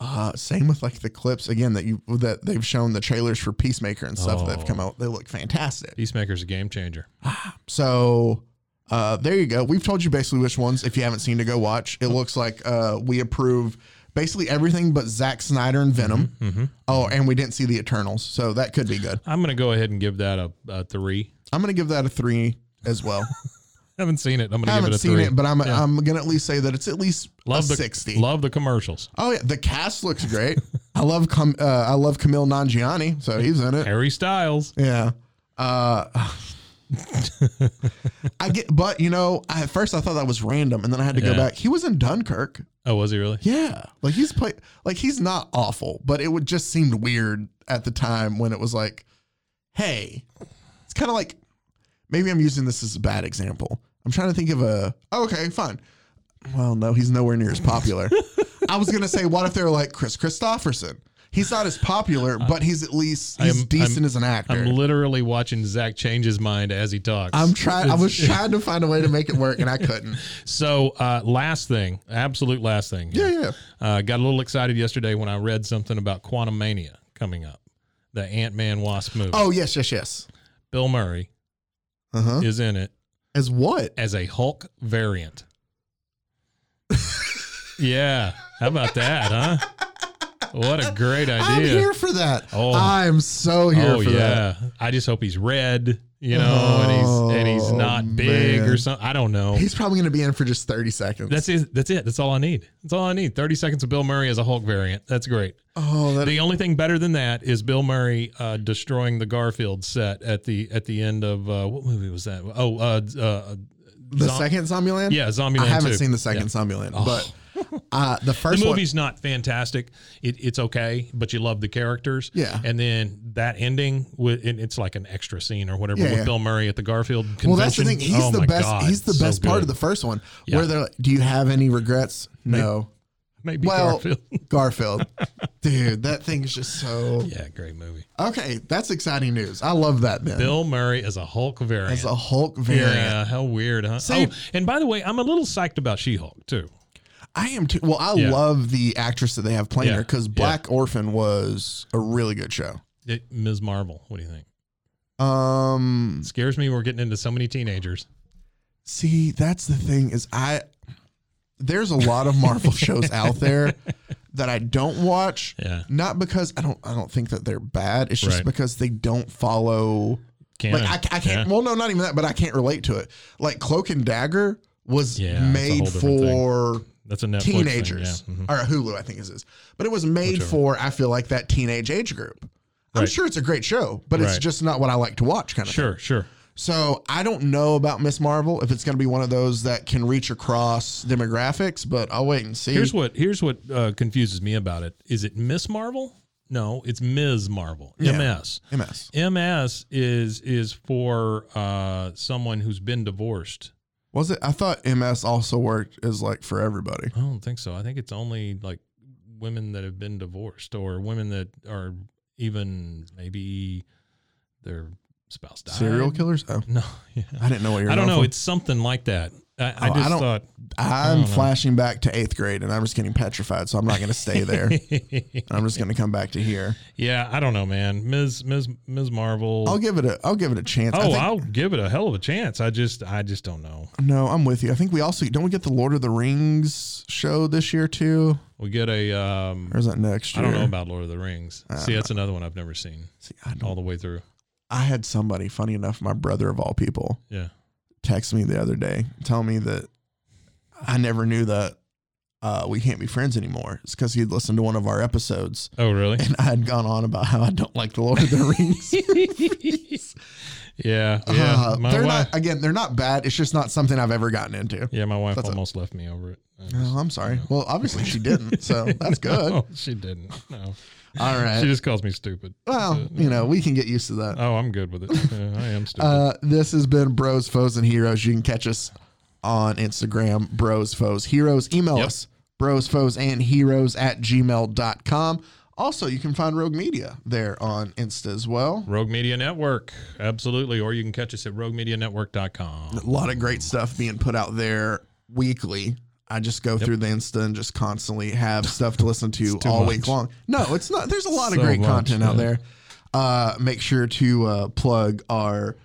Speaker 2: Uh, same with like the clips again that you that they've shown the trailers for Peacemaker and stuff that have
Speaker 3: Oh.
Speaker 2: come out. They look fantastic.
Speaker 3: Peacemaker's a game changer.
Speaker 2: So uh, there you go. We've told you basically which ones, if you haven't seen, to go watch. It looks like uh, we approve basically everything but Zack Snyder and Venom. Oh, and we didn't see the Eternals, so that could be good.
Speaker 3: I'm gonna go ahead and give that a, a three.
Speaker 2: I'm gonna give that a three as well.
Speaker 3: Haven't seen it. I'm
Speaker 2: I
Speaker 3: gonna give
Speaker 2: haven't
Speaker 3: it a
Speaker 2: seen
Speaker 3: three.
Speaker 2: it, but I'm I'm gonna at least say that it's at least
Speaker 3: love
Speaker 2: a
Speaker 3: the
Speaker 2: sixty.
Speaker 3: Love the commercials.
Speaker 2: oh yeah, the cast looks great. I love Cam- uh, I love Camille Nangiani, so he's in it.
Speaker 3: Harry Styles.
Speaker 2: Yeah. Uh, I get, but you know, I, at first I thought that was random, and then I had to go
Speaker 3: Yeah.
Speaker 2: back. He was in Dunkirk.
Speaker 3: Oh, was he really?
Speaker 2: Yeah, like he's play, like he's not awful, but it would just seemed weird at the time when it was like, hey, it's kind of like, maybe I'm using this as a bad example. I'm trying to think of a oh, okay, fine. Well, no, he's nowhere near as popular. I was gonna say, what if they were like Chris Christopherson? He's not as popular, but he's at least
Speaker 3: I
Speaker 2: he's
Speaker 3: am-
Speaker 2: decent
Speaker 3: I'm-
Speaker 2: as an actor.
Speaker 3: I'm literally watching Zach change his mind as he talks.
Speaker 2: I'm trying. I was trying to find a way to make it work, and I couldn't.
Speaker 3: So, uh, last thing, absolute last thing.
Speaker 2: Yeah, yeah.
Speaker 3: Uh, got a little excited yesterday when I read something about Quantum Mania coming up, the Ant Man Wasp movie.
Speaker 2: Oh yes, yes, yes.
Speaker 3: Bill Murray
Speaker 2: Uh huh.
Speaker 3: is in it
Speaker 2: As what?
Speaker 3: as a Hulk variant. yeah. How about that, huh? What a great idea.
Speaker 2: I'm here for that.
Speaker 3: Oh.
Speaker 2: I'm so here
Speaker 3: oh
Speaker 2: for
Speaker 3: yeah.
Speaker 2: that.
Speaker 3: I just hope he's red, you know, and he's and he's
Speaker 2: Oh,
Speaker 3: not big
Speaker 2: man.
Speaker 3: or something. I don't know.
Speaker 2: He's probably going to be in for just 30 seconds.
Speaker 3: That's it. That's it. That's all I need. That's all I need. Thirty seconds of Bill Murray as a Hulk variant. That's great.
Speaker 2: oh, that,
Speaker 3: The only thing better than that is Bill Murray uh, destroying the Garfield set at the at the end of uh, what movie was that? Oh, uh, uh,
Speaker 2: the
Speaker 3: Zom-
Speaker 2: second Zombieland?
Speaker 3: yeah, Zombie.
Speaker 2: I haven't seen the second Zombieland, but uh, the first
Speaker 3: Oh. the
Speaker 2: one.
Speaker 3: movie's not fantastic. It, it's okay, but you love the characters.
Speaker 2: Yeah.
Speaker 3: And then that ending with and it's like an extra scene or whatever
Speaker 2: Yeah,
Speaker 3: with
Speaker 2: yeah.
Speaker 3: Bill Murray at the Garfield convention.
Speaker 2: Well, that's the thing. He's
Speaker 3: Oh
Speaker 2: the
Speaker 3: my
Speaker 2: best.
Speaker 3: God,
Speaker 2: he's the
Speaker 3: so
Speaker 2: best part
Speaker 3: good.
Speaker 2: of the first one.
Speaker 3: Yeah.
Speaker 2: Where they're like, "Do you have any regrets?" No.
Speaker 3: Maybe
Speaker 2: Well-
Speaker 3: Garfield.
Speaker 2: Garfield. Dude, that thing is just so.
Speaker 3: yeah, great movie.
Speaker 2: Okay, that's exciting news. I love that then.
Speaker 3: Bill Murray as a Hulk variant.
Speaker 2: As a Hulk variant.
Speaker 3: Yeah, how weird, huh?
Speaker 2: See-
Speaker 3: oh, and by the way, I'm a little psyched about She-Hulk too.
Speaker 2: I am too. Well, I
Speaker 3: Yeah.
Speaker 2: love the actress that they have playing
Speaker 3: Yeah,
Speaker 2: her because
Speaker 3: yeah.
Speaker 2: Black Orphan was a really good show.
Speaker 3: It, Ms. Marvel, what do you think?
Speaker 2: Um,
Speaker 3: Scares me. We're getting into so many teenagers.
Speaker 2: see, that's the thing is I there's a lot of Marvel shows out there that I don't watch.
Speaker 3: Yeah,
Speaker 2: Not because I don't I don't think that they're bad. It's just
Speaker 3: Right.
Speaker 2: because they don't follow.
Speaker 3: Canon.
Speaker 2: Like I, I can't.
Speaker 3: Yeah.
Speaker 2: Well, no, not even that. But I can't relate to it. Like Cloak and Dagger was
Speaker 3: Yeah, it's a
Speaker 2: made
Speaker 3: whole different thing.
Speaker 2: for
Speaker 3: That's a Netflix thing,
Speaker 2: teenagers
Speaker 3: yeah. Mhm.
Speaker 2: or Hulu, I think it is. But it was made for I feel like that teenage age group. I'm
Speaker 3: Right.
Speaker 2: sure it's a great show, but it's
Speaker 3: Right.
Speaker 2: just not what I like to watch, kind of. Thing.
Speaker 3: Sure, sure.
Speaker 2: So I don't know about Miss Marvel if it's going to be one of those that can reach across demographics, but I'll wait and see.
Speaker 3: Here's what here's what uh, confuses me about it. Is it Miss Marvel? No, it's Ms. Marvel.
Speaker 2: Yeah.
Speaker 3: MS.
Speaker 2: MS.
Speaker 3: MS is is for uh, someone who's been divorced.
Speaker 2: Was it? I thought MS also worked as like for everybody.
Speaker 3: I don't think so. I think it's only like women that have been divorced or women that are even maybe their spouse died.
Speaker 2: Serial killers? Oh,
Speaker 3: No, yeah.
Speaker 2: I didn't know what you were
Speaker 3: I don't
Speaker 2: going
Speaker 3: know.
Speaker 2: for.
Speaker 3: It's something like that. I, I
Speaker 2: Oh, I
Speaker 3: just
Speaker 2: don't-
Speaker 3: thought.
Speaker 2: I'm
Speaker 3: I don't know.
Speaker 2: flashing back to eighth grade and I'm just getting petrified, so I'm not going to stay there. I'm just going to come back to here.
Speaker 3: yeah, I don't know, man. Ms. Ms. Ms. Marvel.
Speaker 2: I'll give it a I'll give it a chance. I
Speaker 3: oh,
Speaker 2: think-
Speaker 3: I'll give it a hell of a chance. I just, I just don't know.
Speaker 2: No, I'm with you. I think we also don't we get the Lord of the Rings show this year too,
Speaker 3: We get a. Um,
Speaker 2: or is that next
Speaker 3: I
Speaker 2: year?
Speaker 3: don't know about Lord of the Rings. See, that's another one I've never seen
Speaker 2: See, I,
Speaker 3: all
Speaker 2: don't,
Speaker 3: the way through.
Speaker 2: I had somebody, funny enough, my brother of all people,
Speaker 3: Yeah.
Speaker 2: text me the other day, tell me that I never knew that uh, we can't be friends anymore. It's because he'd listened to one of our episodes,
Speaker 3: Oh, really?
Speaker 2: and I had gone on about how I don't like the Lord of the Rings.
Speaker 3: yeah, yeah.
Speaker 2: Uh,
Speaker 3: my
Speaker 2: they're
Speaker 3: wife.
Speaker 2: not again, they're not bad. It's just not something I've ever gotten into.
Speaker 3: yeah, my wife
Speaker 2: That's a-
Speaker 3: almost left me over it. I
Speaker 2: Oh, I'm sorry. Well, obviously she didn't, so that's
Speaker 3: just-
Speaker 2: good.
Speaker 3: No, she didn't. No,
Speaker 2: All
Speaker 3: she
Speaker 2: right.
Speaker 3: just calls me stupid.
Speaker 2: Well,
Speaker 3: That's it.
Speaker 2: you know, we can get used to that.
Speaker 3: Oh, I'm good with it. Yeah, I am stupid.
Speaker 2: Uh, this has been Bros, Foes, and Heroes. You can catch us on Instagram, Bros, Foes, Heroes. Email
Speaker 3: Yep.
Speaker 2: us, Bros, Foes, and Heroes at gmail.com. Also, you can find Rogue Media there on Insta as well.
Speaker 3: Rogue Media Network, absolutely. Or you can catch us at roguemedianetwork.com.
Speaker 2: A lot of great stuff being put out there weekly. I just go through the Insta and just constantly have stuff to listen to
Speaker 3: too
Speaker 2: all
Speaker 3: much.
Speaker 2: week long. No, it's not. There's a lot
Speaker 3: So
Speaker 2: of great
Speaker 3: much,
Speaker 2: content out
Speaker 3: yeah.
Speaker 2: there. Uh, make sure to uh, plug our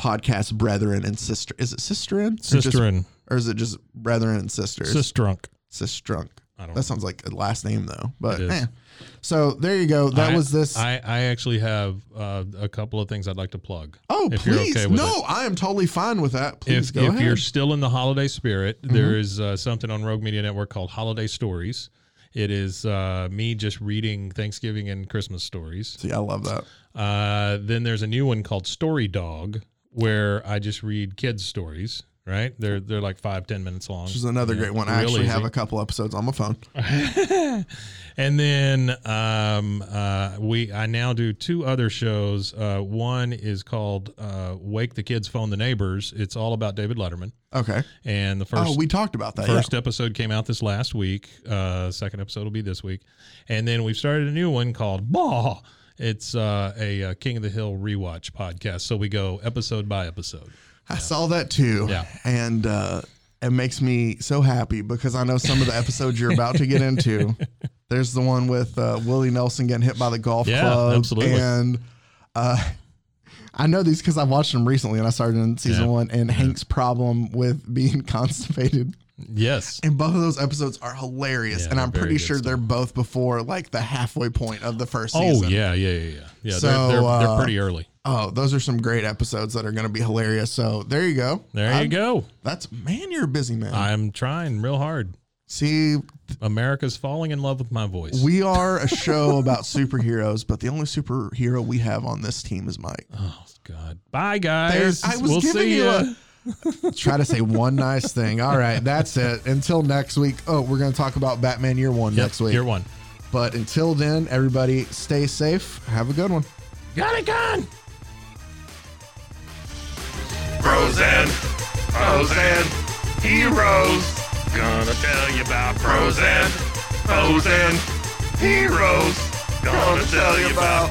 Speaker 2: podcast brethren and sister. Is it sisterin? Or just
Speaker 3: Sisterin,
Speaker 2: or is it just brethren and sisters?
Speaker 3: Sistrunk.
Speaker 2: Sistrunk.
Speaker 3: I don't.
Speaker 2: That sounds like a last name though. But
Speaker 3: It is.
Speaker 2: eh. so there you go. That
Speaker 3: I-
Speaker 2: was this.
Speaker 3: I, I actually have uh, a couple of things I'd like to plug.
Speaker 2: oh
Speaker 3: if you're
Speaker 2: please,
Speaker 3: okay with
Speaker 2: no, I am totally fine with that. Please
Speaker 3: if
Speaker 2: go
Speaker 3: if
Speaker 2: ahead. Mm-hmm.
Speaker 3: you're still in the holiday spirit, there is uh, something on Rogue Media Network called Holiday Stories. It is uh, me just reading Thanksgiving and Christmas stories.
Speaker 2: See, I love that.
Speaker 3: Uh, then there's a new one called Story Dog, where I just read kids' stories. Right? They're they're like five ten minutes long.
Speaker 2: Which is another
Speaker 3: Yeah,
Speaker 2: great one. I
Speaker 3: real
Speaker 2: actually have
Speaker 3: easy.
Speaker 2: a couple episodes on my phone.
Speaker 3: and then um, uh, we I now do two other shows. Uh, one is called uh, Wake the Kids, Phone the Neighbors. It's all about David Letterman.
Speaker 2: Okay.
Speaker 3: And the first
Speaker 2: oh, we talked about that.
Speaker 3: First episode came out this last week. Uh, second episode will be this week, and then we've started a new one called Bah. It's uh, a uh, King of the Hill rewatch podcast. So we go episode by episode.
Speaker 2: yeah. I saw that too.
Speaker 3: Yeah.
Speaker 2: And uh, it makes me so happy because I know some of the episodes you're about to get into. There's the one with uh, Willie Nelson getting hit by the golf
Speaker 3: Yeah,
Speaker 2: club.
Speaker 3: absolutely.
Speaker 2: And uh, I know these because I watched them recently and I started in season
Speaker 3: Yeah.
Speaker 2: one and Hank's problem with being constipated.
Speaker 3: Yes.
Speaker 2: And both of those episodes are hilarious.
Speaker 3: Yeah,
Speaker 2: and
Speaker 3: they're
Speaker 2: I'm
Speaker 3: very
Speaker 2: pretty
Speaker 3: good
Speaker 2: sure they're both before like the halfway point of the first
Speaker 3: Oh
Speaker 2: season.
Speaker 3: yeah, yeah, yeah, yeah. Yeah,
Speaker 2: So,
Speaker 3: they're, they're, they're
Speaker 2: uh,
Speaker 3: pretty early.
Speaker 2: Oh, those are some great episodes that are going to be hilarious. So there you go.
Speaker 3: There you
Speaker 2: I'm-
Speaker 3: go.
Speaker 2: That's man, you're a busy man.
Speaker 3: I'm trying real hard.
Speaker 2: See,
Speaker 3: America's falling in love with my voice.
Speaker 2: we are a show about superheroes, but the only superhero we have on this team is Mike.
Speaker 3: oh God. Bye guys.
Speaker 2: There's- I was
Speaker 3: we'll
Speaker 2: giving
Speaker 3: see
Speaker 2: you
Speaker 3: ya.
Speaker 2: a- Try to say one nice thing. All right, that's it. Until next week. Oh, we're going to talk about Batman Year One
Speaker 3: Yep,
Speaker 2: next week.
Speaker 3: Year one.
Speaker 2: But until then, everybody stay safe. Have a good one.
Speaker 3: Got it gone.
Speaker 1: Bros and foes and heroes. Gonna tell you about bros and foes and heroes. Gonna tell you about.